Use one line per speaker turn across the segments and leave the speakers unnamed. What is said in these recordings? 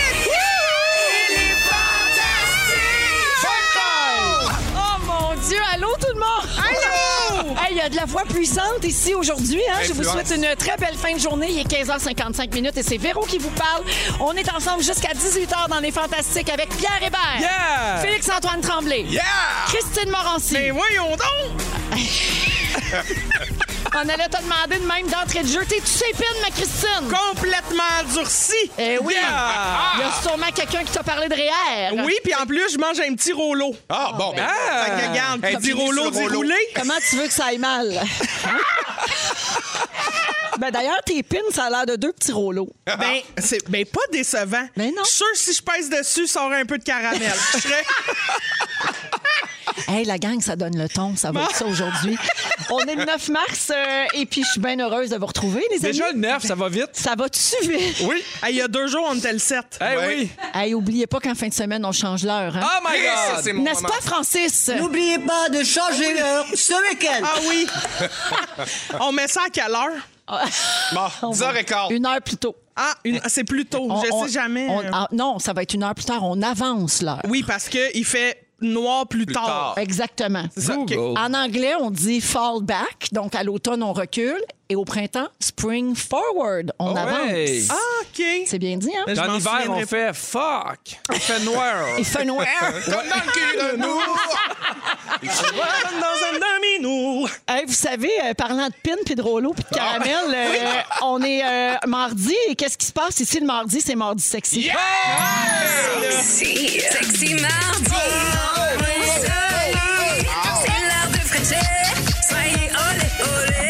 Oh, de la voix puissante ici aujourd'hui. hein. Je vous
Influence.
souhaite une très belle fin de journée. Il est 15h55 minutes et c'est Véro qui vous parle. On est ensemble jusqu'à 18h dans Les Fantastiques avec Pierre Hébert,
Yeah!
Félix-Antoine Tremblay,
Yeah!
Christine Morancy.
Mais Eh, voyons donc!
On allait te demander de même d'entrée de jeu. T'es-tu sépine, ma Christine?
Complètement durci!
Eh oui!
Yeah!
Il y a sûrement quelqu'un qui t'a parlé de REER.
Oui, puis en plus, je mange un petit rouleau.
Ah, bon, ben.
Ah! Fait que regarde,
Un
petit
dîner sur
rouleau
le rouleau.
déroulé.
Comment tu veux que ça aille mal? ben d'ailleurs, tes pins, ça a l'air de deux petits rouleaux.
Ben, c'est ben, pas décevant.
Ben non.
Je suis sûr que si je pèse dessus, ça aura un peu de caramel. Je serais-
Hey, la gang, ça donne le ton. Ça va être ça aujourd'hui. On est le 9 mars euh, et puis je suis bien heureuse de vous retrouver, les amis.
Déjà le 9, ça va vite.
Ça va-tu vite?
Oui. Hey, Il y a deux jours, on était le 7.
Eh
Ouais.
oui.
Hey, oubliez pas qu'en fin de semaine, on change l'heure. hein?
Oh my
Et ça,
God!
c'est mon
N'est-ce
moment.
pas, Francis?
N'oubliez pas de changer l'heure ce week-end.
Ah oui. on met ça à quelle heure?
Bon, 10h15.
Une heure plus tôt.
Ah, une- c'est plus tôt.
On-
je
on-
sais jamais. euh.
on- ah, non, ça va être une heure plus tard. On avance l'heure.
Oui, parce qu'il fait noir plus, tard.
tard.
Exactement.
C'est ça, Ah, ok.
Google.
En anglais, on dit fall back. Donc, à l'automne, on recule. Et au printemps, spring forward.
Oh,
On avance.
ouais.
Ah, OK.
C'est bien dit, hein?
Mais je
Dans
m'en
l'hiver,
souviendrai
on fait fuck. On fait noir.
Il fait noir.
Comme dans le cul de nous.
pas. dans un domino.
Hey, vous savez, euh, parlant de pins, puis de rouleaux, puis de
Ah.
caramel, euh, on est euh, mardi et qu'est-ce qui se passe ici le mardi? C'est mardi sexy.
Sexy, sexy mardi.
Ah!
Ensoleillé. C'est l'heure de frencher. Soyez olé,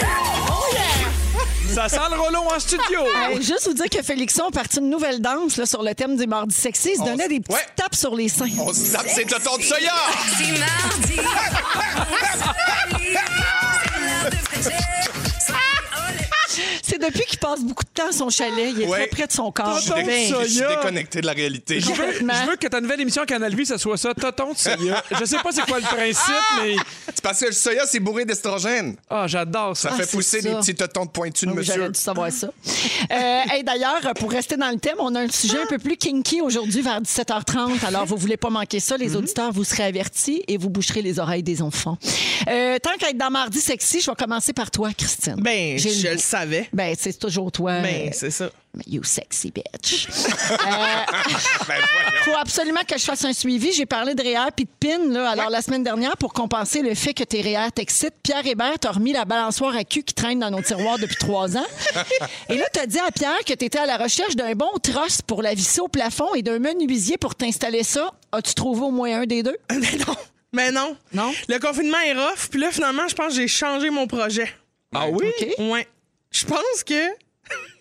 olé.
Ça sent le rouleau en studio.
Hey, juste vous dire que Félixon a parti une nouvelle danse là, sur le thème des mardis sexy. Il se
On
donnait
s-
des petites
Ouais.
tapes sur les seins.
On se tape ses totons de soya.
C'est mardi. Ensoleillé. C'est l'heure de frencher. Soyez olé,
C'est depuis qu'il passe beaucoup de temps à son chalet. Il est
Ouais.
très près de son corps.
Je suis dé-
Ben,
Je suis
soya.
déconnecté de la réalité.
Je veux,
Complètement.
je veux que ta nouvelle émission à Canal Vie, ça soit ça, Toton de soya. Je sais pas c'est quoi le
Ah!
principe, mais.
C'est parce que le soya, c'est bourré d'estrogène.
Ah, j'adore ça.
Ça fait
c'est
pousser
ça. Ah
des petits totons de pointus de
Oui, J'aurais
monsieur.
dû savoir ça. Euh, hey, D'ailleurs, pour rester dans le thème, on a un sujet un peu plus kinky aujourd'hui vers 17h30. Alors, vous voulez pas manquer ça.
Mhm.
Les auditeurs, vous serez avertis et vous boucherez les oreilles des enfants. Euh, tant qu'à être dans Mardi Sexy, je vais commencer par toi, Christine.
Ben,
J'ai
je
goût.
le savais.
Ben, c'est toujours toi.
Ben,
euh,
c'est ça.
you sexy bitch.
Ben, voyons.
faut absolument que je fasse un suivi. J'ai parlé de REER puis de PIN. Là. Alors, la semaine dernière, pour compenser le fait que tes REER t'excitent, Pierre Hébert t'a remis la balançoire à cul qui traîne dans nos tiroirs depuis trois ans. Et là, t'as dit à Pierre que t'étais à la recherche d'un bon tross pour la visser au plafond et d'un menuisier pour t'installer ça. As-tu trouvé au moins un des deux?
Mais non. Mais non.
Non?
Le confinement est rough. Puis là, finalement, je pense que j'ai changé mon projet.
Ah oui?
OK.
Ouais. Je pense que.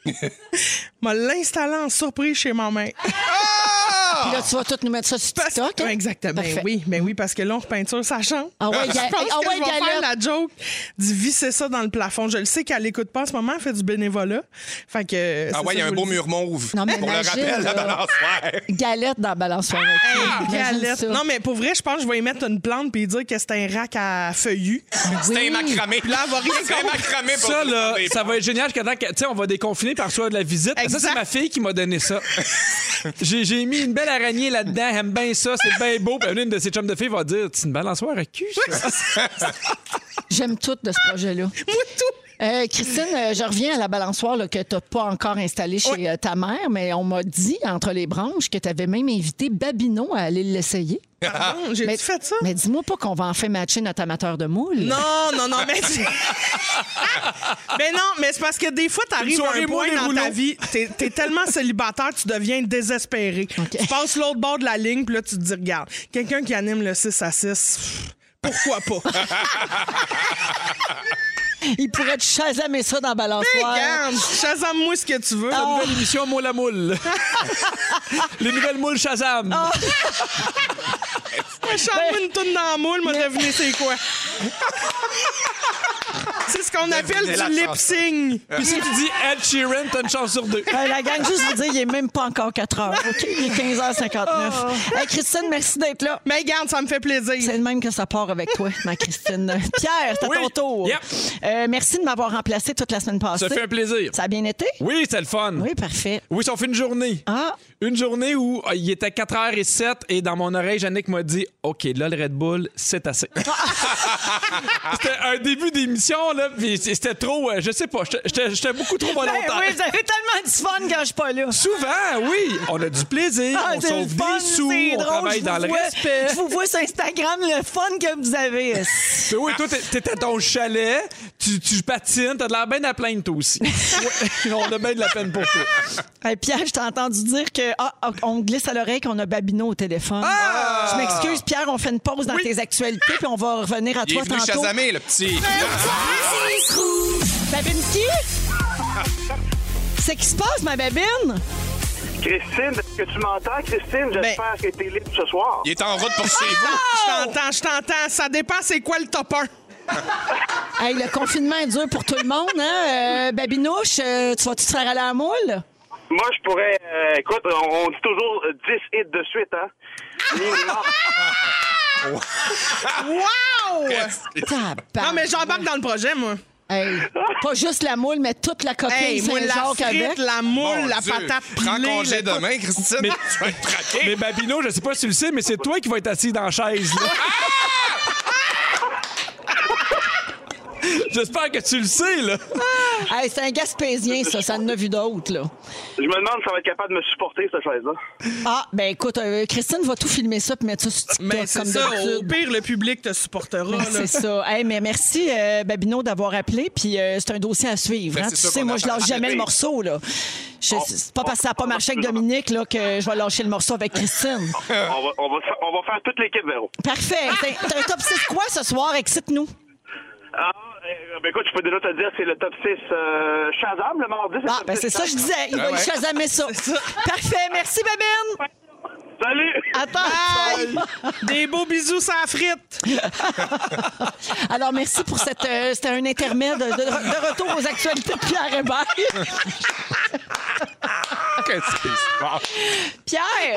m'a l'installé en surprise chez ma mère.
Puis là, tu vas tout nous mettre ça sur
Parce-
TikTok. Ah, hein?
Ouais, Exactement.
Parfait.
Ben oui, ben oui, parce que là, on repeinture sa chambre.
Ah ouais,
je
ga-
pense
ah
que
ouais,
je vais
galope.
faire la joke du visser ça dans le plafond. Je le sais qu'elle écoute pas en ce moment, elle fait du bénévolat. Fait que.
Ah
c'est ça,
ouais, il y a
je
un
vous
beau
le dis.
mur mauve.
Non, mais
On le Ah,
imagine,
rappelle,
là.
la balançoire.
Galette dans la balançoire à cul. Imagine
Ah! Galette.
ça.
Non, mais pour vrai, je pense que je vais y mettre une plante puis dire que c'est un rack à feuillus.
C'était un macramé. Là, va rien C'est un macramé pour
Ça,
tout le
là,
monde.
ça va être génial jusqu'à temps que, tu sais, on va déconfiner par soi de la visite.
Exact.
Ça, c'est ma fille qui m'a donné ça. J'ai j'ai mis une belle araignée là-dedans. Elle aime bien ça, c'est bien beau. Puis une de ses chums de filles va dire C'est une balançoire à cul, ça.
J'aime tout de ce projet-là.
Moi, tout.
Euh, Christine, euh, je reviens à la balançoire là, que tu n'as pas encore installée chez euh, ta mère, mais on m'a dit entre les branches que tu avais même invité Babino à aller l'essayer.
Pardon, j'ai
Ah! Mais
fait ça.
Mais dis-moi pas qu'on va en faire matcher notre amateur de moules.
Non, non, non, mais. mais non, mais c'est parce que des fois, t'arrives à
Une soirée
un point
moule et
dans ta
rouleau.
vie, t'es es tellement célibataire, tu deviens désespéré. Tu passes l'autre bord de la ligne, puis là, tu te dis, regarde, quelqu'un qui anime le 6 à 6, pourquoi pas?
Il pourrait te chasamer ça dans la balançoire.
regarde, chasame-moi ce que tu veux.
Ah,
Nouvelle émission Moule à Moule. Les nouvelles moules Shazam.
Ah.
Ben,
Chante-moi une toune dans la moule, moi, devinez c'est quoi. c'est ce qu'on appelle
la
du
chanson.
lip-sync.
Puis si tu dis Ed Sheeran, t'as une chance sur deux.
Euh, la gang, juste vous dire, il est même pas encore 4 heures. OK? Il est 15h59.
Oh.
Hey, Christine, merci d'être là.
Mais garde, ça me fait plaisir.
C'est le même que ça part avec toi, ma Christine. Pierre, c'est à
Oui.
ton tour.
Yep.
Euh, merci de m'avoir remplacé toute la semaine passée.
Ça fait un plaisir.
Ça a bien été?
Oui, c'est le fun.
Oui, parfait.
Oui, ça on fait une journée.
Ah.
Une journée où euh, il était 4h07 et dans mon oreille, Yannick m'a dit OK, là, le Red Bull, c'est assez.
Ah.
c'était un début d'émission, là, puis c- c'était trop, euh, je sais pas, j'étais- j'étais j'étais beaucoup trop
Ben
volontaire.
oui, vous avez tellement du fun quand je suis pas là.
Souvent, oui, on a du plaisir,
Ah,
on
c'est
sauve
le fun,
des sous,
c'est
on
drôle,
travaille
je
dans
vous
le
vois-
respect.
Je vous vois sur Instagram le fun que vous avez.
Puis Ben oui, toi, t'es- t'es à ton chalet, tu, tu patines, t'as de la peine à plaindre, toi aussi. Ouais, on a bien de la peine pour toi.
Hey, Pierre, je t'ai entendu dire que ah, ah, on me glisse à l'oreille qu'on a Babino au téléphone.
Ah!
Je m'excuse, Pierre, on fait une pause dans tes actualités puis on va revenir à
Il est
toi
venu
tantôt.
chasamer, le petit.
Babine qui? C'est qui se passe, ma babine?
Christine, est-ce que tu m'entends, Christine? J'espère
Ben-
que t'es libre ce soir.
Il est en route pour chez vous.
Je
Oh!
t'entends, je t'entends. Ça dépend c'est quoi le top 1.
Hey, le confinement est dur pour tout le monde, hein? Euh, Babinouche, euh, tu vas-tu te faire aller à la moule?
Moi, je pourrais... euh, écoute, on, on dit toujours euh, 10 hits de suite, hein? Minimum.
Wow!
Tabarnak.
Non, mais j'embarque dans le projet, moi.
Hey, pas juste la moule, mais toute la coquille
Hey, moi, la
Saint-Jacques
frite,
avec.
la moule,
Mon
la
Dieu.
patate
Prends
pilée,
congé
le-
demain, Christine.
Mais-
Tu vas être traqué.
Mais Babino, je sais pas si tu le sais, mais c'est toi qui vas être assis dans la chaise. là. J'espère que tu le sais, là.
Hey, c'est un Gaspésien, ça. Ça en a vu d'autres, là.
Je me demande si ça va être capable de me supporter, cette chaise-là.
Ah, ben écoute, euh, Christine va tout filmer ça puis mettre ça sur TikTok,
Mais c'est
Ben, comme
ça, au
d'habitude.
pire, le public te supportera.
Ben,
là.
c'est ça. Hey, mais merci, euh, Babino, d'avoir appelé. Puis euh, c'est un dossier à suivre.
Ben,
hein.
c'est
Tu
ça
sais,
qu'on
moi, je
attend.
lâche jamais le
Oui.
morceau. là. Je- c'est pas parce que ça n'a pas marché avec Dominique là, que je vais lâcher le morceau avec Christine.
On va, on va, fa- on va faire toute l'équipe, Véro.
Parfait. T'as t'as un top 6 quoi ce soir? Excite-nous.
Ah, euh, ben écoute, je peux déjà te dire, c'est le top 6 euh, Shazam, le mardi.
Ah,
le
ben
top
c'est
6
ça que je disais. Il va
ouais.
y chasamer ça. Parfait. Merci, Babine.
Salut!
Attends.
Des beaux bisous, ça frite.
Alors, merci pour cette. euh, C'était un intermède de, de retour aux actualités de Pierre Hébert.
Qu'est-ce qui se passe?
Pierre!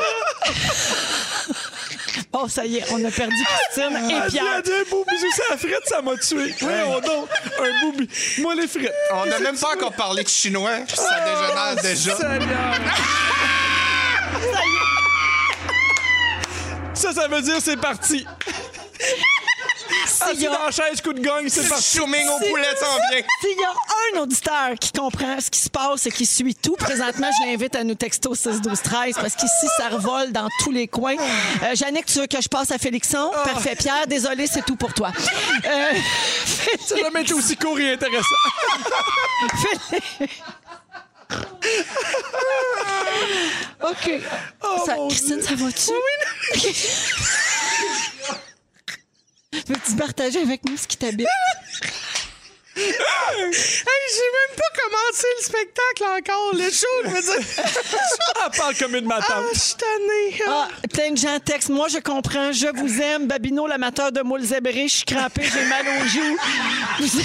Bon, ça y est, on a perdu Christine et
Ah,
Il y a
Pierre.
deux beaux bisous sur la frite, ça m'a tué. Oui, on donne un beau bisou. Moi, les frites.
On n'a même pas encore parlé de chinois. puis Ça dégénère déjà.
Ça, ça veut dire c'est
S'il y,
parti.
ah,
C'est
a-
dans la chaise, coup de gang, c'est
C'est
parti.
Chouming au poulet s'en vient.
s'il y a un auditeur qui comprend ce qui se passe et qui suit tout, présentement, je l'invite à nous texter au 6 12 13 parce qu'ici, ça revole dans tous les coins. Euh, Yannick, tu veux que je passe à Félixon?
Ah.
Parfait. Pierre, désolé, c'est tout pour toi. Euh,
Ça n'a jamais été aussi court et intéressant.
OK. Ça- Christine, ça va-tu? Oui, Veux-tu partager avec nous ce qui t'habite?
Hey, j'ai même pas commencé le spectacle encore. Le show, je veux dire.
Elle parle comme une
Ah,
matante.
je suis tannée.
Ah, plein de gens textent. Moi, je comprends. Je vous aime. Babino, l'amateur de moules zébrées. Je suis crampée. J'ai mal aux joues. Vous-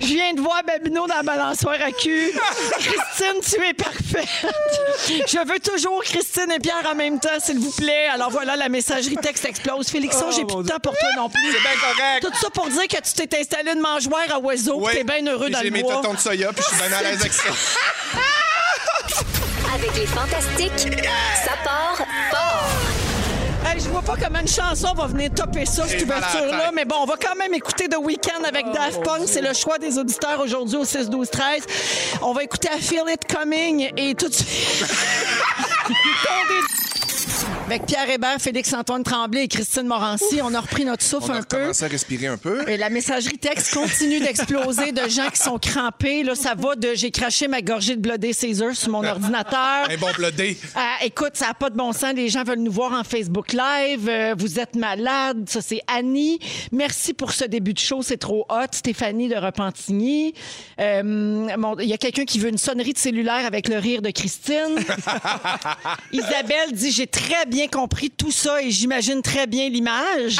Je viens de voir Babino dans la balançoire à cul. Christine, tu es parfaite. Je veux toujours Christine et Pierre en même temps, s'il vous plaît. Alors voilà, la messagerie texte explose. Félixon, j'ai plus de temps pour toi non plus.
C'est bien correct.
Tout ça pour dire que tu t'es installé une mangeoire à oiseaux,
Ouais.
tu t'es bien heureux
Puis
dans
J'ai
le
mes
bois.
tontons de soya, puis je suis bien à l'aise avec ça.
Avec les fantastiques, ça part fort.
Hey, je vois pas comment une chanson va venir topper ça, cette
J'ai mal à la
ouverture-là,
tête.
mais bon, on va quand même écouter The Weeknd avec Daft Punk. C'est le choix des auditeurs aujourd'hui au 6-12-13. On va écouter I Feel It Coming et tout de suite. Avec Pierre Hébert, Félix-Antoine Tremblay et Christine Morancy, on a repris notre souffle
On a
un peu.
recommencé à respirer un peu.
Et la messagerie texte continue d'exploser de gens qui sont crampés. Là, ça va de j'ai craché ma gorgée de Bloody Caesar sur mon ordinateur.
Un bon blodé.
Ah, écoute, ça n'a pas de bon sens. Les gens veulent nous voir en Facebook Live. Euh, vous êtes malade. Ça, c'est Annie. Merci pour ce début de show. C'est trop hot. Stéphanie de Repentigny. Euh, mon- Il y a quelqu'un qui veut une sonnerie de cellulaire avec le rire de Christine. Isabelle dit J'ai très bien compris tout ça et j'imagine très bien l'image.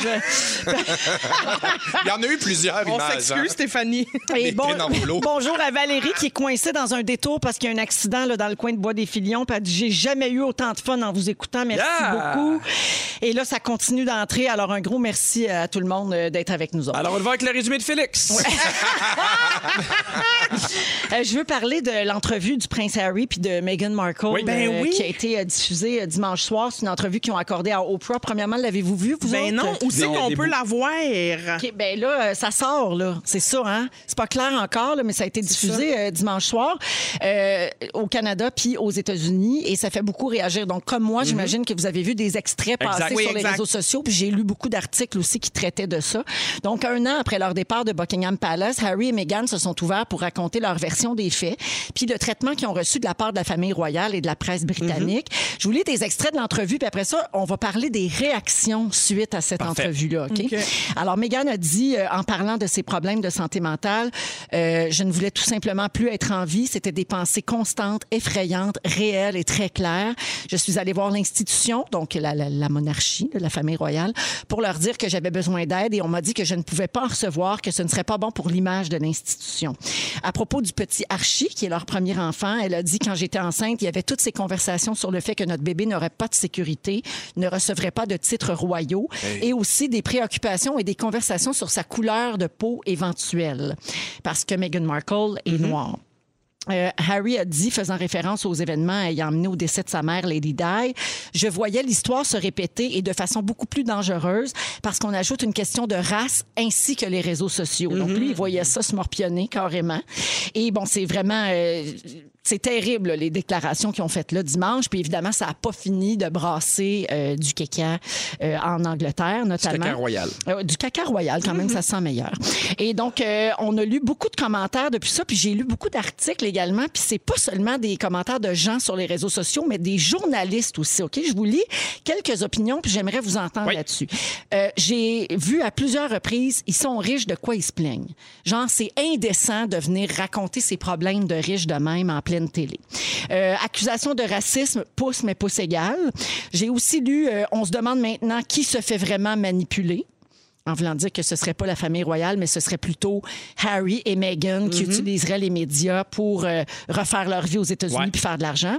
Il y en a eu plusieurs
On
images.
s'excuse,
hein.
Stéphanie.
Des pins dans vos lots.
bonjour à Valérie qui est coincée dans un détour parce qu'il y a un accident là, dans le coin de Bois des Filions. Puis elle dit, J'ai jamais eu autant de fun en vous écoutant. Merci
Yeah!
beaucoup. Et là, ça continue d'entrer. Alors, un gros merci à tout le monde euh, d'être avec nous autres.
Alors, on le voit avec le résumé de Félix.
Euh, je veux parler de l'entrevue du prince Harry puis de Meghan Markle
Oui. Ben
euh,
oui.
qui a été euh, diffusée euh, dimanche soir. C'est une entrevue qu'ils ont accordée à Oprah. Premièrement, l'avez-vous vue, vous
Ben
autres?
non,
euh,
où c'est
Non,
qu'on
des
peut
bouts.
la voir? Hein?
OK, ben là, euh, ça sort, là. C'est ça, hein? C'est pas clair encore, là, mais ça a été diffusé euh, dimanche soir euh, au Canada puis aux États-Unis et ça fait beaucoup réagir. Donc, comme moi, j'imagine que vous avez vu des extraits
Exact.
passer
Oui,
sur les
exact.
réseaux sociaux puis j'ai lu beaucoup d'articles aussi qui traitaient de ça. Donc, un an après leur départ de Buckingham Palace, Harry et Meghan se sont ouverts pour raconter leur version des faits puis le traitement qu'ils ont reçu de la part de la famille royale et de la presse britannique.
Mm-hmm.
Je vous lis des extraits de l'entrevue puis après ça, on va parler des réactions suite à cette
Parfait.
entrevue-là, OK? Alors, Megan a dit, euh, en parlant de ses problèmes de santé mentale, euh, je ne voulais tout simplement plus être en vie. C'était des pensées constantes, effrayantes, réelles et très claires. Je suis allée voir l'institution, donc la, la- la monarchie, de la famille royale, pour leur dire que j'avais besoin d'aide et on m'a dit que je ne pouvais pas en recevoir, que ce ne serait pas bon pour l'image de l'institution. À propos du petit Archie, qui est leur premier enfant, elle a dit quand j'étais enceinte, il y avait toutes ces conversations sur le fait que notre bébé n'aurait pas de sécurité, ne recevrait pas de titres royaux et aussi des préoccupations et des conversations sur sa couleur de peau éventuelle parce que Meghan Markle est noire. Euh, Harry a dit, faisant référence aux événements ayant mené au décès de sa mère, Lady Di, je voyais l'histoire se répéter et de façon beaucoup plus dangereuse parce qu'on ajoute une question de race ainsi que les réseaux sociaux. Donc lui,
Mm-hmm.
il voyait ça se morpionner carrément. Et bon, c'est vraiment... euh, c'est terrible, là, les déclarations qu'ils ont faites là dimanche. Puis évidemment, ça n'a pas fini de brasser euh, du caca euh, en Angleterre, notamment.
caca royal.
Euh, du caca royal, quand même, ça sent meilleur. Et donc, euh, on a lu beaucoup de commentaires depuis ça, puis j'ai lu beaucoup d'articles également, puis c'est pas seulement des commentaires de gens sur les réseaux sociaux, mais des journalistes aussi, OK? Je vous lis quelques opinions, puis j'aimerais vous entendre
Oui.
là-dessus. Euh, j'ai vu à plusieurs reprises, ils sont riches, de quoi ils se plaignent? Genre, c'est indécent de venir raconter ses problèmes de riches de même en pleine télé. Euh, accusation de racisme, pouce, mais pouce égal. J'ai aussi lu, euh, on se demande maintenant qui se fait vraiment manipuler en voulant dire que ce serait pas la famille royale, mais ce serait plutôt Harry et Meghan qui
Mhm.
utiliseraient les médias pour euh, refaire leur vie aux États-Unis
Ouais.
puis faire de l'argent.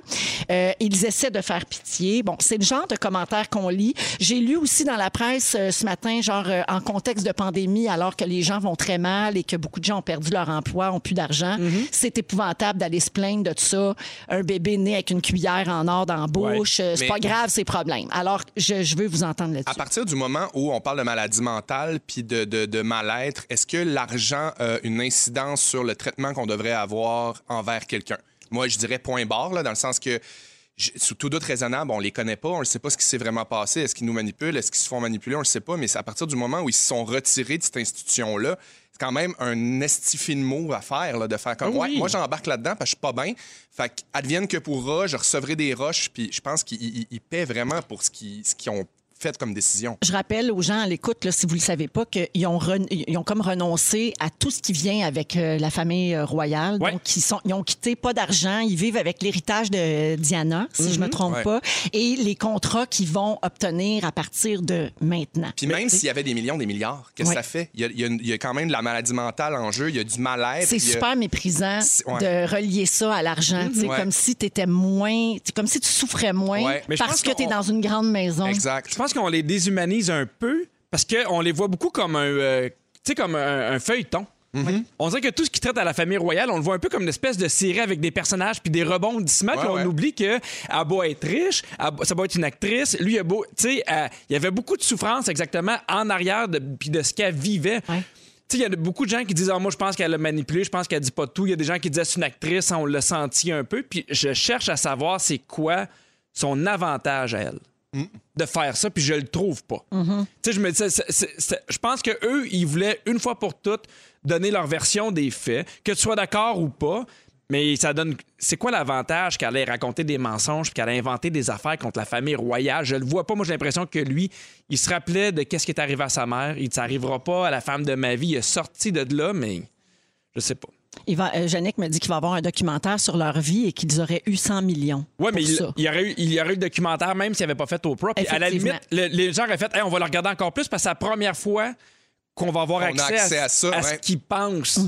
Euh, ils essaient de faire pitié. Bon, c'est le genre de commentaires qu'on lit. J'ai lu aussi dans la presse euh, ce matin, genre euh, en contexte de pandémie, alors que les gens vont très mal et que beaucoup de gens ont perdu leur emploi, ont plus d'argent.
Mhm.
C'est épouvantable d'aller se plaindre de tout ça. Un bébé né avec une cuillère en or dans la bouche, euh, c'est
mais-
pas grave, ces problèmes. Alors, je, je veux vous entendre
À
là-dessus.
partir du moment où on parle de maladie mentale puis de, de- de mal-être, est-ce que l'argent a une incidence sur le traitement qu'on devrait avoir envers quelqu'un? Moi, je dirais point barre, là, dans le sens que, je- sous tout doute raisonnable, on les connaît pas, on ne sait pas ce qui s'est vraiment passé. Est-ce qu'ils nous manipulent? Est-ce qu'ils se font manipuler? On ne sait pas. Mais c'est à partir du moment où ils se sont retirés de cette institution-là, c'est quand même un estifine mot à faire, là, de faire comme Ouais, moi j'embarque là-dedans parce que je suis pas bien. Fait que, advienne que pourra, je recevrai des roches, puis je pense qu'ils ils- ils paient vraiment pour ce qu'ils ce qu'ils ont fait comme décision.
Je rappelle aux gens à l'écoute, là, si vous ne le savez pas, qu'ils ont, ren- ils ont comme renoncé à tout ce qui vient avec euh, la famille euh, royale.
Ouais.
Donc, ils, sont, ils ont quitté pas d'argent. Ils vivent avec l'héritage de Diana, si je me trompe
Ouais.
pas, et les contrats qu'ils vont obtenir à partir de maintenant.
Puis même s'il y avait des millions, des milliards, qu'est-ce que
Ouais.
ça fait? Il y, a, il y a une- il y a quand même de la maladie mentale en jeu, il y a du mal-être.
C'est
il y a-
super méprisant
C'est- euh, ouais.
de relier ça à l'argent, tu sais,
Ouais.
comme si tu étais moins, c'est comme si tu souffrais moins
Ouais.
Mais je
parce
pense
que tu es
qu'on-
dans une grande maison.
Je
Exact.
pense qu'on les déshumanise un peu parce qu'on les voit beaucoup comme un, euh, tu sais, comme un, un feuilleton.
Mhm.
On dirait que tout ce qui traite à la famille royale, on le voit un peu comme une espèce de série avec des personnages puis des rebondissements. puis
Ouais,
on
ouais.
oublie que elle beau être riche, elle beau- ça doit être une actrice. Lui, il a beau, tu sais, euh, il y avait beaucoup de souffrance exactement en arrière de, puis de ce qu'elle vivait.
Ouais.
Tu sais, il y a de- beaucoup de gens qui disent Ah, moi, je pense qu'elle a manipulé, je pense qu'elle dit pas tout. Il y a des gens qui disent Ah, C'est une actrice, on l'a senti un peu. Puis je cherche à savoir c'est quoi son avantage à elle de faire ça, puis je le trouve pas. Tu sais, je me dis, c'est- c'est- c'est- c'est- je pense que eux, ils voulaient une fois pour toutes donner leur version des faits, que tu sois d'accord ou pas. Mais ça donne. C'est quoi l'avantage qu'elle ait raconté des mensonges puis qu'elle ait inventé des affaires contre la famille royale? Je le vois pas. Moi, j'ai l'impression que lui, il se rappelait de qu'est-ce qui est arrivé à sa mère. Il ne s'arrivera pas à la femme de ma vie. Il est sorti de là, mais je sais pas.
Il va, euh, Yannick me dit qu'il va avoir un documentaire sur leur vie et qu'ils auraient eu 100 millions.
Oui,
pour
mais il,
ça.
il y aurait eu, il y aurait eu le documentaire même s'il n'avait pas fait Oprah. Puis à la
Effectivement.
limite, le- les gens auraient fait Hey, on va le regarder encore plus parce que c'est la première fois qu'on va avoir
On a
accès,
accès à ça,
ce
ouais.
qu'ils pensent.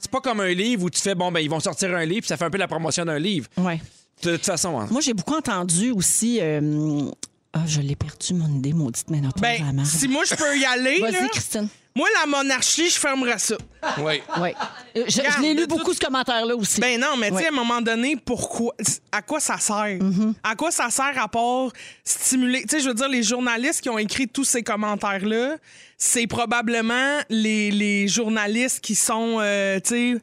C'est pas comme un livre où tu fais bon, ben ils vont sortir un livre, puis ça fait un peu la promotion d'un livre.
Ouais.
De toute façon, hein.
Moi, j'ai beaucoup entendu aussi. euh, Ah, je l'ai perdu, mon idée maudite, mais non, pas la
Ben,
merde.
si moi, je peux y aller, là,
Vas-y, Christine.
moi, la monarchie, je fermerais ça.
Oui.
Oui. Euh, Je, je
Regarde,
l'ai
de
lu
tout-
beaucoup, ce commentaire-là aussi.
Ben non, mais tu sais,
Ouais. Mhm.
à un moment donné, pourquoi, à quoi ça sert? À quoi ça sert à part stimuler? Tu sais, je veux dire, les journalistes qui ont écrit tous ces commentaires-là, c'est probablement les, les journalistes qui sont, euh, tu sais,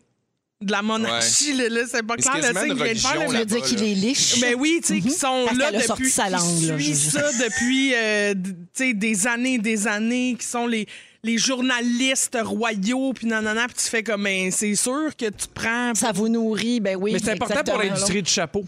de la monarchie, là, là, c'est pas
Mais
clair,
c'est
le
quasiment
signe
une
que je viens de faire,
religion,
là,
Je veux dire
là-bas,
qu'il
là.
est liche.
Ben oui, tu sais,
Mhm.
qui sont
Mhm. Parce
là
qu'elle a sorti
depuis
sa langue,
qui
là,
suivent
je-
ça depuis euh, d- tu sais, des années, des années, qui sont les les journalistes royaux puis nanana, puis tu fais comme ben, c'est sûr que tu prends
Ça vous nourrit, ben oui.
Mais c'est important pour
exactement.
l'industrie du chapeau.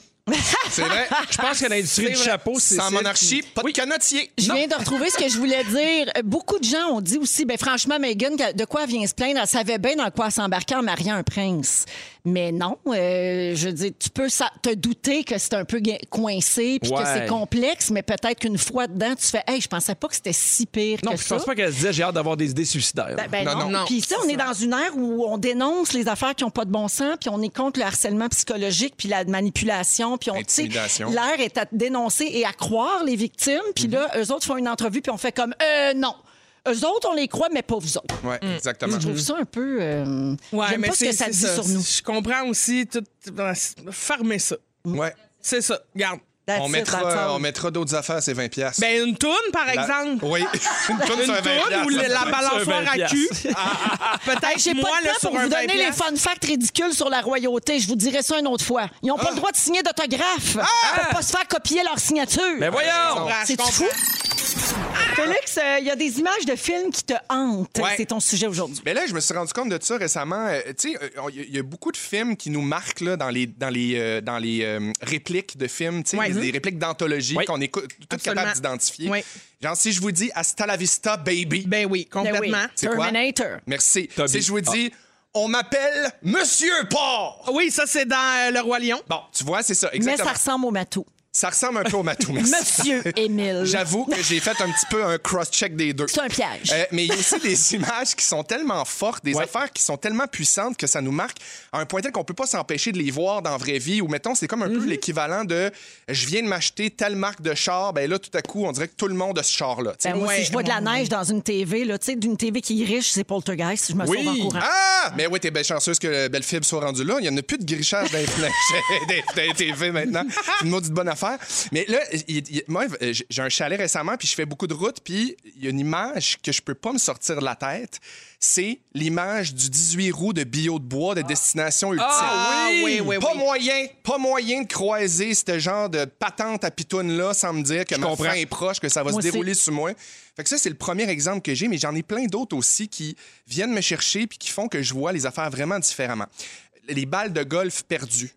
C'est vrai.
Je pense que l'industrie du chapeau, c'est.
Sans
c'est-
monarchie, pas de canotier.
Je viens de retrouver ce que je voulais dire. Euh, Beaucoup de gens ont dit aussi, ben franchement, Meghan, de quoi elle vient se plaindre? Elle savait bien dans quoi elle s'embarquait en mariant un prince. Mais non, euh, je veux dire, tu peux sa- te douter que c'est un peu gui- coincé puis
Ouais.
que c'est complexe, mais peut-être qu'une fois dedans, tu fais, hey, je pensais pas que c'était si pire
Non,
que
je
ça.
pense pas qu'elle se disait j'ai hâte d'avoir des idées suicidaires.
Ben, ben
Non,
non,
non.
Puis, tu sais, on est dans une ère où on dénonce les affaires qui n'ont pas de bon sens, puis on est contre le harcèlement psychologique, puis la manipulation, puis on, tu sais,
Intimidation.
l'air est à dénoncer et à croire les victimes, puis là,
Mm-hmm.
eux autres font une entrevue, puis on fait comme, euh, non. Eux autres, on les croit, mais pas vous autres.
Oui, exactement.
Je trouve ça un peu. euh,
Ouais,
J'aime
mais
pas ce
c'est-
que ça
c'est
dit sur nous.
Je comprends aussi tout ah, fermer ça.
Ouais.
C'est ça. Regarde.
On mettra, on mettra d'autres affaires, c'est 20 pièces.
Ben une toune par exemple.
Oui, une tonne
Une
sur 20
toune ou la, la balançoire à cul.
Ah,
Hey,
Peut-être
J'ai
moi
pas de
là
temps
sur
pour
un
vous
20
donner les
piastres.
fun facts ridicules sur la royauté. Je vous dirai ça une autre fois. Ils n'ont
Ah.
pas le droit de signer d'autographe pour pas se faire copier leur signature.
Ben voyons!
Ah, je
C'est
comprends.
fou. Félix, euh, il y a des images de films qui te hantent.
Ah! Ouais.
C'est ton sujet aujourd'hui.
Mais Ben là, je me suis rendu compte de ça récemment. Euh, tu sais, euh, il y a- il y a beaucoup de films qui nous marquent là, dans les, dans les, euh, dans les euh, répliques de films, tu sais,
Ouais. Mhm.
les, les répliques d'anthologie
Oui.
qu'on est co- toutes
Absolument.
capables d'identifier.
Oui.
Genre, si je vous dis Hasta la vista, baby.
Ben oui, complètement.
C'est quoi?
Terminator.
Merci.
Toby.
Si je vous dis On m'appelle Monsieur Port.
Ah Oui, ça c'est dans euh, le roi lion.
Bon, tu vois, c'est ça,
Mais
exactement.
ça ressemble au matou.
Ça ressemble un peu au matou, merci.
Monsieur Émile.
J'avoue que j'ai fait un petit peu un cross-check des deux.
C'est un piège.
Euh, mais il y a aussi des images qui sont tellement fortes, des
Ouais.
affaires qui sont tellement puissantes que ça nous marque à un point tel qu'on peut pas s'empêcher de les voir dans la vraie vie. Ou mettons, c'est comme un
Mm-hmm.
peu l'équivalent de je viens de m'acheter telle marque de char, ben là, tout à coup, on dirait que tout le monde a ce char-là. tu sais.
Ben, moi,
Ouais.
si je vois de la neige dans une TV, là, tu sais, d'une TV qui est riche, c'est Poltergeist. Je me
Oui.
sauve en courant.
Ah! Mais oui, t'es belle chanceuse que le Bellefib soit rendu là. Il n'y en a plus de grichage dans les planches- des- des TV maintenant. C'est une maudite bonne affaire. Mais là, il- il- moi, euh, j'ai j'ai un chalet récemment, puis je fais beaucoup de routes, puis il y a une image que je peux pas me sortir de la tête. C'est l'image du 18 roues de bio de bois de destination ultime.
Ah oui!
oui, oui,
Pas
oui.
moyen, pas moyen de croiser ce genre de patente à pitoune là sans me dire que ma
comprends.
fin est proche, que ça va
Moi
se
aussi.
dérouler sur moi. Fait que ça c'est le premier exemple que j'ai, mais j'en ai plein d'autres aussi qui viennent me chercher puis qui font que je vois les affaires vraiment différemment. Les balles de golf perdues.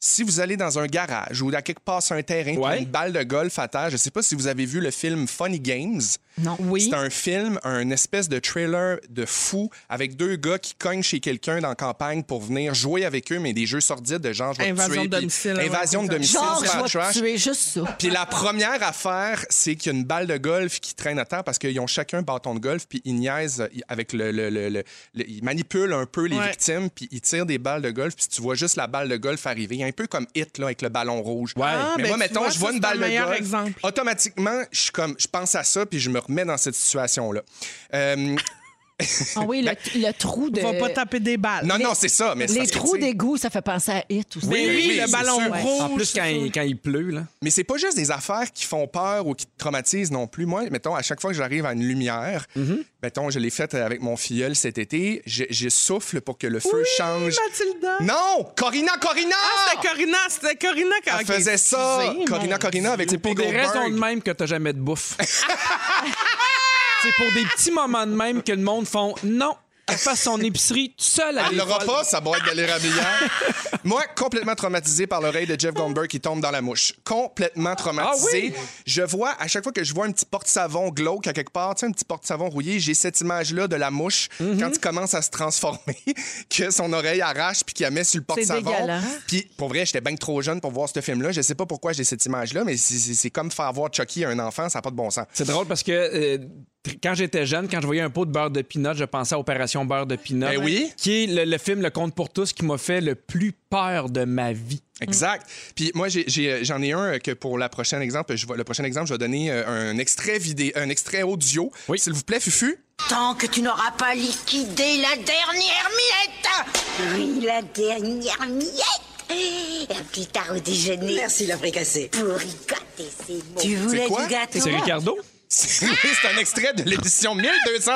Si vous allez dans un garage ou à quelque part sur un terrain, puis il y a
Ouais.
une balle de golf à terre, je sais pas si vous avez vu le film Funny Games.
Non.
Oui.
C'est un film, un espèce de trailer de fou avec deux gars qui cognent chez quelqu'un dans la campagne pour venir jouer avec eux, mais des jeux sordides de genre je vais te
Invasion de
tuer, puis-
domicile,
Invasion
ouais,
de
c'est
domicile,
Genre,
c'est pas
je vais
trash.
te tuer juste ça.
Puis la première affaire, c'est qu'il y a une balle de golf qui traîne à terre parce qu'ils ont chacun un bâton de golf, puis ils niaisent euh, avec le. le, le- le- le- ils manipulent un peu les
Ouais.
victimes, puis ils tirent des balles de golf, puis tu vois juste la balle de golf arriver. Un peu comme Hit, là, avec le ballon rouge.
Ah,
Mais
ben,
moi,
tu
mettons,
vois,
je
ça,
vois une
c'est
balle
un
de
meilleur
golf.
exemple.
Automatiquement, je, suis comme, je pense à ça, puis je me remets dans cette situation-là. Euh,
Ah oui,
Ben,
le, le trou de.
On va pas taper des balles.
non, non, c'est ça. Mais c'est
Les
parce que,
trous
tu sais,
d'égout, ça fait penser à Hit aussi.
Oui,
oui,
le
c'est
ballon
sûr.
rouge.
En plus, quand il, quand il pleut, là.
Mais c'est pas juste des affaires qui font peur ou qui te traumatisent non plus. Moi, mettons, à chaque fois que j'arrive à une lumière,
Mhm.
mettons, je l'ai faite avec mon filleul cet été, je, je souffle pour que le feu change.
Mathilda.
Non! Corina, Corina!
Ah, c'était Corina, c'était Corina qui
Elle faisait ça! Corina, Corina avec
C'est
le
pour des raisons de même que t'as jamais de bouffe. c'est pour des petits moments de même que le monde font non, qu'elle fasse son épicerie toute seule.
Ah, Elle
est
l'aura
folle.
pas, sa boîte de lait rhabillard. Moi, complètement traumatisé par l'oreille de Jeff Goldberg qui tombe dans la mouche. Complètement traumatisé. Je vois, à chaque fois que je vois un petit porte-savon glauque à quelque part, tu sais, un petit porte-savon rouillé, j'ai cette image-là de la mouche quand il commence à se transformer, que son oreille arrache puis qu'il la met sur le porte-savon.
dégueulasse.
Puis, pour vrai, j'étais bien trop jeune pour voir ce film-là. Je sais pas pourquoi j'ai cette image-là, mais c'est- c'est c'est comme faire voir Chucky à un enfant, ça n'a pas de bon sens.
C'est drôle parce que euh, tr- quand j'étais jeune, quand je voyais un pot de beurre de pinot, je pensais à Opération beurre de pinot.
Ben oui.
Qui est le, le film Le Compte pour tous qui m'a fait le plus peur de ma vie.
Exact. Puis moi, j'ai- j'ai, euh, j'en ai, un euh, que pour la prochaine exemple, je vais- le prochain exemple, je vais donner euh, un extrait vidéo, un extrait audio.
Oui.
S'il vous plaît, Fufu.
Tant que tu n'auras pas liquidé la dernière miette.
Oui, la dernière miette. Un petit tard au déjeuner. Merci, la fricassée. Pour ricoter ses mots.
Tu voulais
quoi?
du gâteau?
C'est Ricardo?
C'est c'est un extrait de l'édition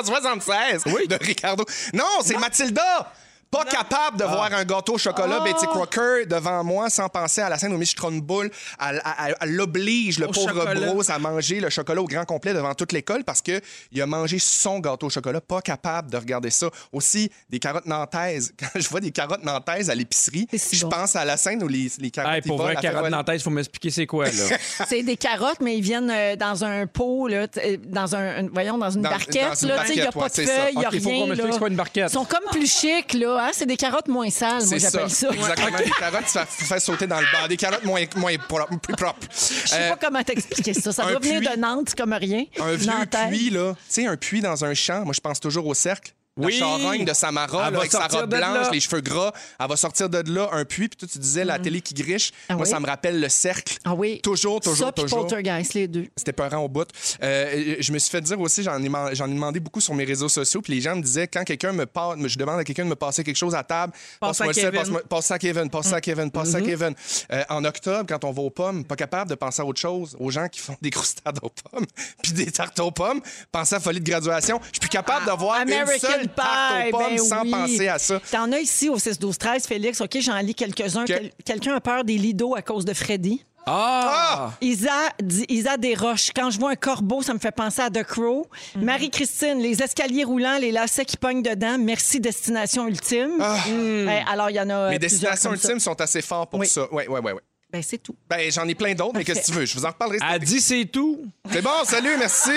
1276 de Ricardo. Non, c'est Mathilda! Pas capable de voir un gâteau au chocolat Betty Crocker devant moi sans penser à la scène où Miss Trumbull, elle, elle- elle- elle oblige le
Au
pauvre
chocolat.
Bruce à manger le chocolat au grand complet devant toute l'école parce que il a mangé son gâteau au chocolat. Pas capable de regarder ça. Aussi, des carottes nantaises. Quand je vois des carottes nantaises à l'épicerie,
si
je
bon.
pense à la scène où les, les carottes...
Hey,
ils
pour
volent
vrai,
à
carotte
Ferrel.
dans la tête, faut m'expliquer c'est quoi, là.
C'est des carottes, mais ils viennent euh, dans un pot, là, t- euh, dans un, un- voyons, dans une
Dans- dans
barquette.
une
là, tu sais, Il n'y a
barquette, ouais,
pas de
c'est ça.
feuilles, il n'y a
Ok, faut qu'on
rien.
m'explique
là.
c'est quoi une barquette.
Ils sont comme plus chics, là. hein? C'est des carottes moins sales, moi,
C'est
j'appelle ça.
Exactement. Des carottes, ça fait faire sauter dans le bar. Des carottes moins, moins pro- plus propres.
Je sais pas comment t'expliquer ça. Ça
Euh, un
doit venir
puits.
de Nantes comme rien.
un vieux
Nantais.
puits, là. Tu sais, un puits dans un champ. Moi, je pense toujours au cercle. La
Oui.
charogne de Samara,
Elle
là,
va
avec sa
sortir
robe
de
blanche,
là.
les cheveux gras. Elle va sortir de là un puits. Puis toi, tu disais la télé qui griche.
Ah
Moi,
oui.
ça me rappelle le cercle.
Ah oui.
Toujours, toujours,
ça, puis
toujours.
Poltergeist, les deux.
C'était peurant au bout. Euh, je me suis fait dire aussi, j'en ai, man- j'en ai demandé beaucoup sur mes réseaux sociaux, puis les gens me disaient, quand quelqu'un me passe, je demande à quelqu'un de me passer quelque chose à table,
Passe à
passe-moi ça,
Kevin.
passe-moi- passe ça à Kevin, passe
Mm.
ça à Kevin, passe
Mm-hmm.
ça à Kevin. Euh, en octobre, quand on va aux pommes, pas capable de penser à autre chose, aux gens qui font des croustades aux pommes, puis des tartes aux pommes, penser à folie de graduation. Je suis plus capable de voir une
Ah, American
seule tarte aux
Pie,
pommes
ben
sans
oui.
penser à ça.
T'en as ici au 6-12-13, Félix. OK, j'en lis quelques-uns. Quel- Quelqu'un a peur des lidos à cause de Freddy.
Ah!
Isa, dit- Isa Desroches, quand je vois un corbeau, ça me fait penser à The Crow.
Mhm.
Marie-Christine, les escaliers roulants, les lacets qui pognent dedans. Merci, Destination Ultime.
Ah. Hmm.
Mm. Eh, alors, il y en a.
Mes
euh, plusieurs
destinations
comme ça.
ultimes sont assez fortes pour
Oui.
ça. Ouais, ouais, ouais, ouais.
Ben, c'est tout.
Ben, j'en ai plein d'autres, mais
Parfait. Ah.
qu'est-ce que tu veux? Je vous en reparlerai. cet
Elle
été.
dit c'est tout.
C'est bon, salut, merci.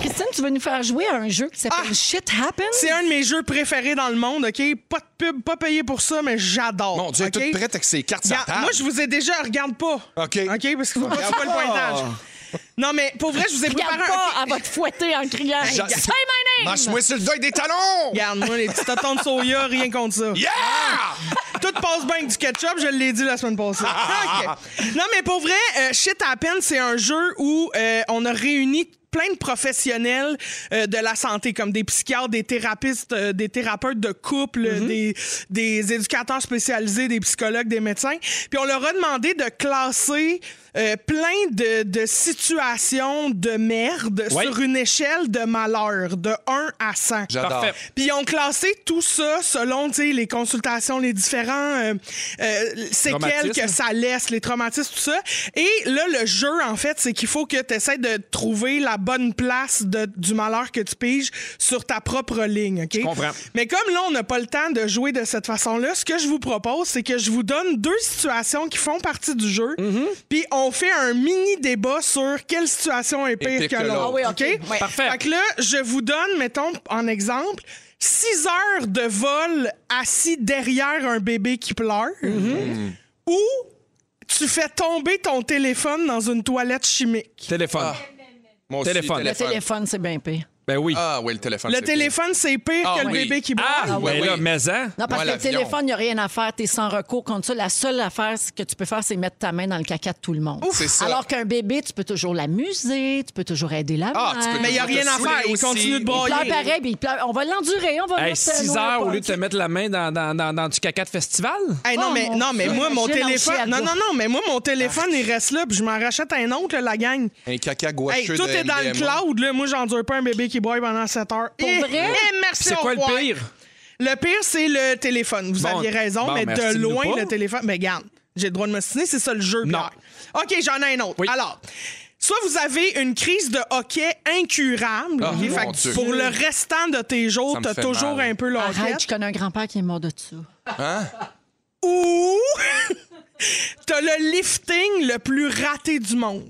Christine, tu veux nous faire jouer à un jeu qui
Ah!
s'appelle Shit Happens?
C'est un de mes jeux préférés dans le monde, OK? Pas de pub, pas payé pour ça, mais j'adore.
Mon Dieu,
OK?
toute prête avec ses cartes sur la
Regarde,
table.
moi, je vous ai déjà, regarde pas.
OK.
OK, parce qu'il faut pas que tu vois le pointage. Non, mais pour vrai, je vous ai préparé
Regarde
un.
pas, elle va te fouetter en criant.
Je-
Say my name!
Mâche-moi sur le deuil des talons!
Regarde, moi, les petits tontons de soya, rien contre ça.
Yeah!
Tout passe bien avec du ketchup, je l'ai dit la semaine passée. OK. Non, mais pour vrai, euh, Shit Happen, c'est un jeu où euh, on a réuni plein de professionnels euh, de la santé, comme des psychiatres, des thérapeutes, euh, des thérapeutes de couple, des, des éducateurs spécialisés, des psychologues, des médecins. Puis on leur a demandé de classer euh, plein de, de situations de merde
Ouais.
sur une échelle de malheur, de 1 à 100.
J'adore.
Parfait.
Puis ils ont classé tout ça selon tu sais, les consultations, les différents euh, euh, séquelles
Traumatismes.
que ça laisse, les traumatismes, tout ça. Et là, le jeu, en fait, c'est qu'il faut que tu essaies de trouver la bonne place de- du malheur que tu piges sur ta propre ligne. OK?
comprends.
Mais comme là, on n'a pas le temps de jouer de cette façon-là, ce que je vous propose, c'est que je vous donne deux situations qui font partie du jeu.
Mm-hmm.
Puis on fait un mini débat sur quelle situation est pire
pire
que
que
l'autre.
l'autre.
Ah oui, OK. Ouais.
Parfait.
Fait que là, je vous donne, mettons, en exemple, 6 heures de vol assis derrière un bébé qui pleure ou tu fais tomber ton téléphone dans une toilette chimique.
Téléphone.
Ah. Mon aussi,
Téléphone.
Le téléphone, c'est bien pire.
Ben oui.
Ah oui, le téléphone.
Le
c'est
téléphone, c'est pire
Ah
que
oui.
le bébé qui pleure.
Ah,
ouais,
ben
oui.
là, mais hein?
Non, parce
Moi,
que le
l'avion.
téléphone, il n'y a rien à faire. Tu es sans recours contre ça. La seule affaire ce que tu peux faire, c'est mettre ta main dans le caca de tout le monde.
C'est ça.
Alors qu'un bébé, tu peux toujours l'amuser, tu peux toujours aider la
Ah,
mère.
tu peux
Mais il n'y a
Je te
rien à
saoulais
faire. Il
aussi.
continue de
Il
Il pleure
broyer.
pareil, puis il pleure. On va l'endurer, on va
Hey,
mettre, euh,
6
nos
heures au lieu de
réponses.
te mettre la main dans, dans, dans, dans du caca de festival?
Hey, non,
Oh,
mais,
mon
non, mais
Dieu.
moi, mon
J'ai lâché
téléphone.
à
Non,
bout.
non, non, mais moi,
Ah.
mon téléphone, il reste là, puis je m'en rachète un autre, là, la gang.
Un caca gouacheux
Hey, tout
de
est dans le
MDMA.
cloud, là. Moi, j'endure pas un bébé qui boit pendant 7 heures.
Pour
Eh,
vrai?
eh, merci,
C'est
au
quoi le
revoir.
pire?
Le pire, c'est le téléphone. Vous
Bon,
aviez raison,
bon,
mais
mais
de
astime-nous
loin,
pas.
le téléphone. Mais garde, j'ai le droit de me signer, c'est ça le jeu,
Non.
Pierre. OK, j'en ai un autre.
Oui.
Alors, Soit vous avez une crise de hockey incurable,
Ah,
ok,
mon
fait que
Dieu.
pour le restant de tes jours,
Ça me
t'as
fait
toujours
mal.
un peu l'hockey.
Arrête, je connais un grand-père qui est mort de ça.
Hein?
Ou t'as le lifting le plus raté du monde.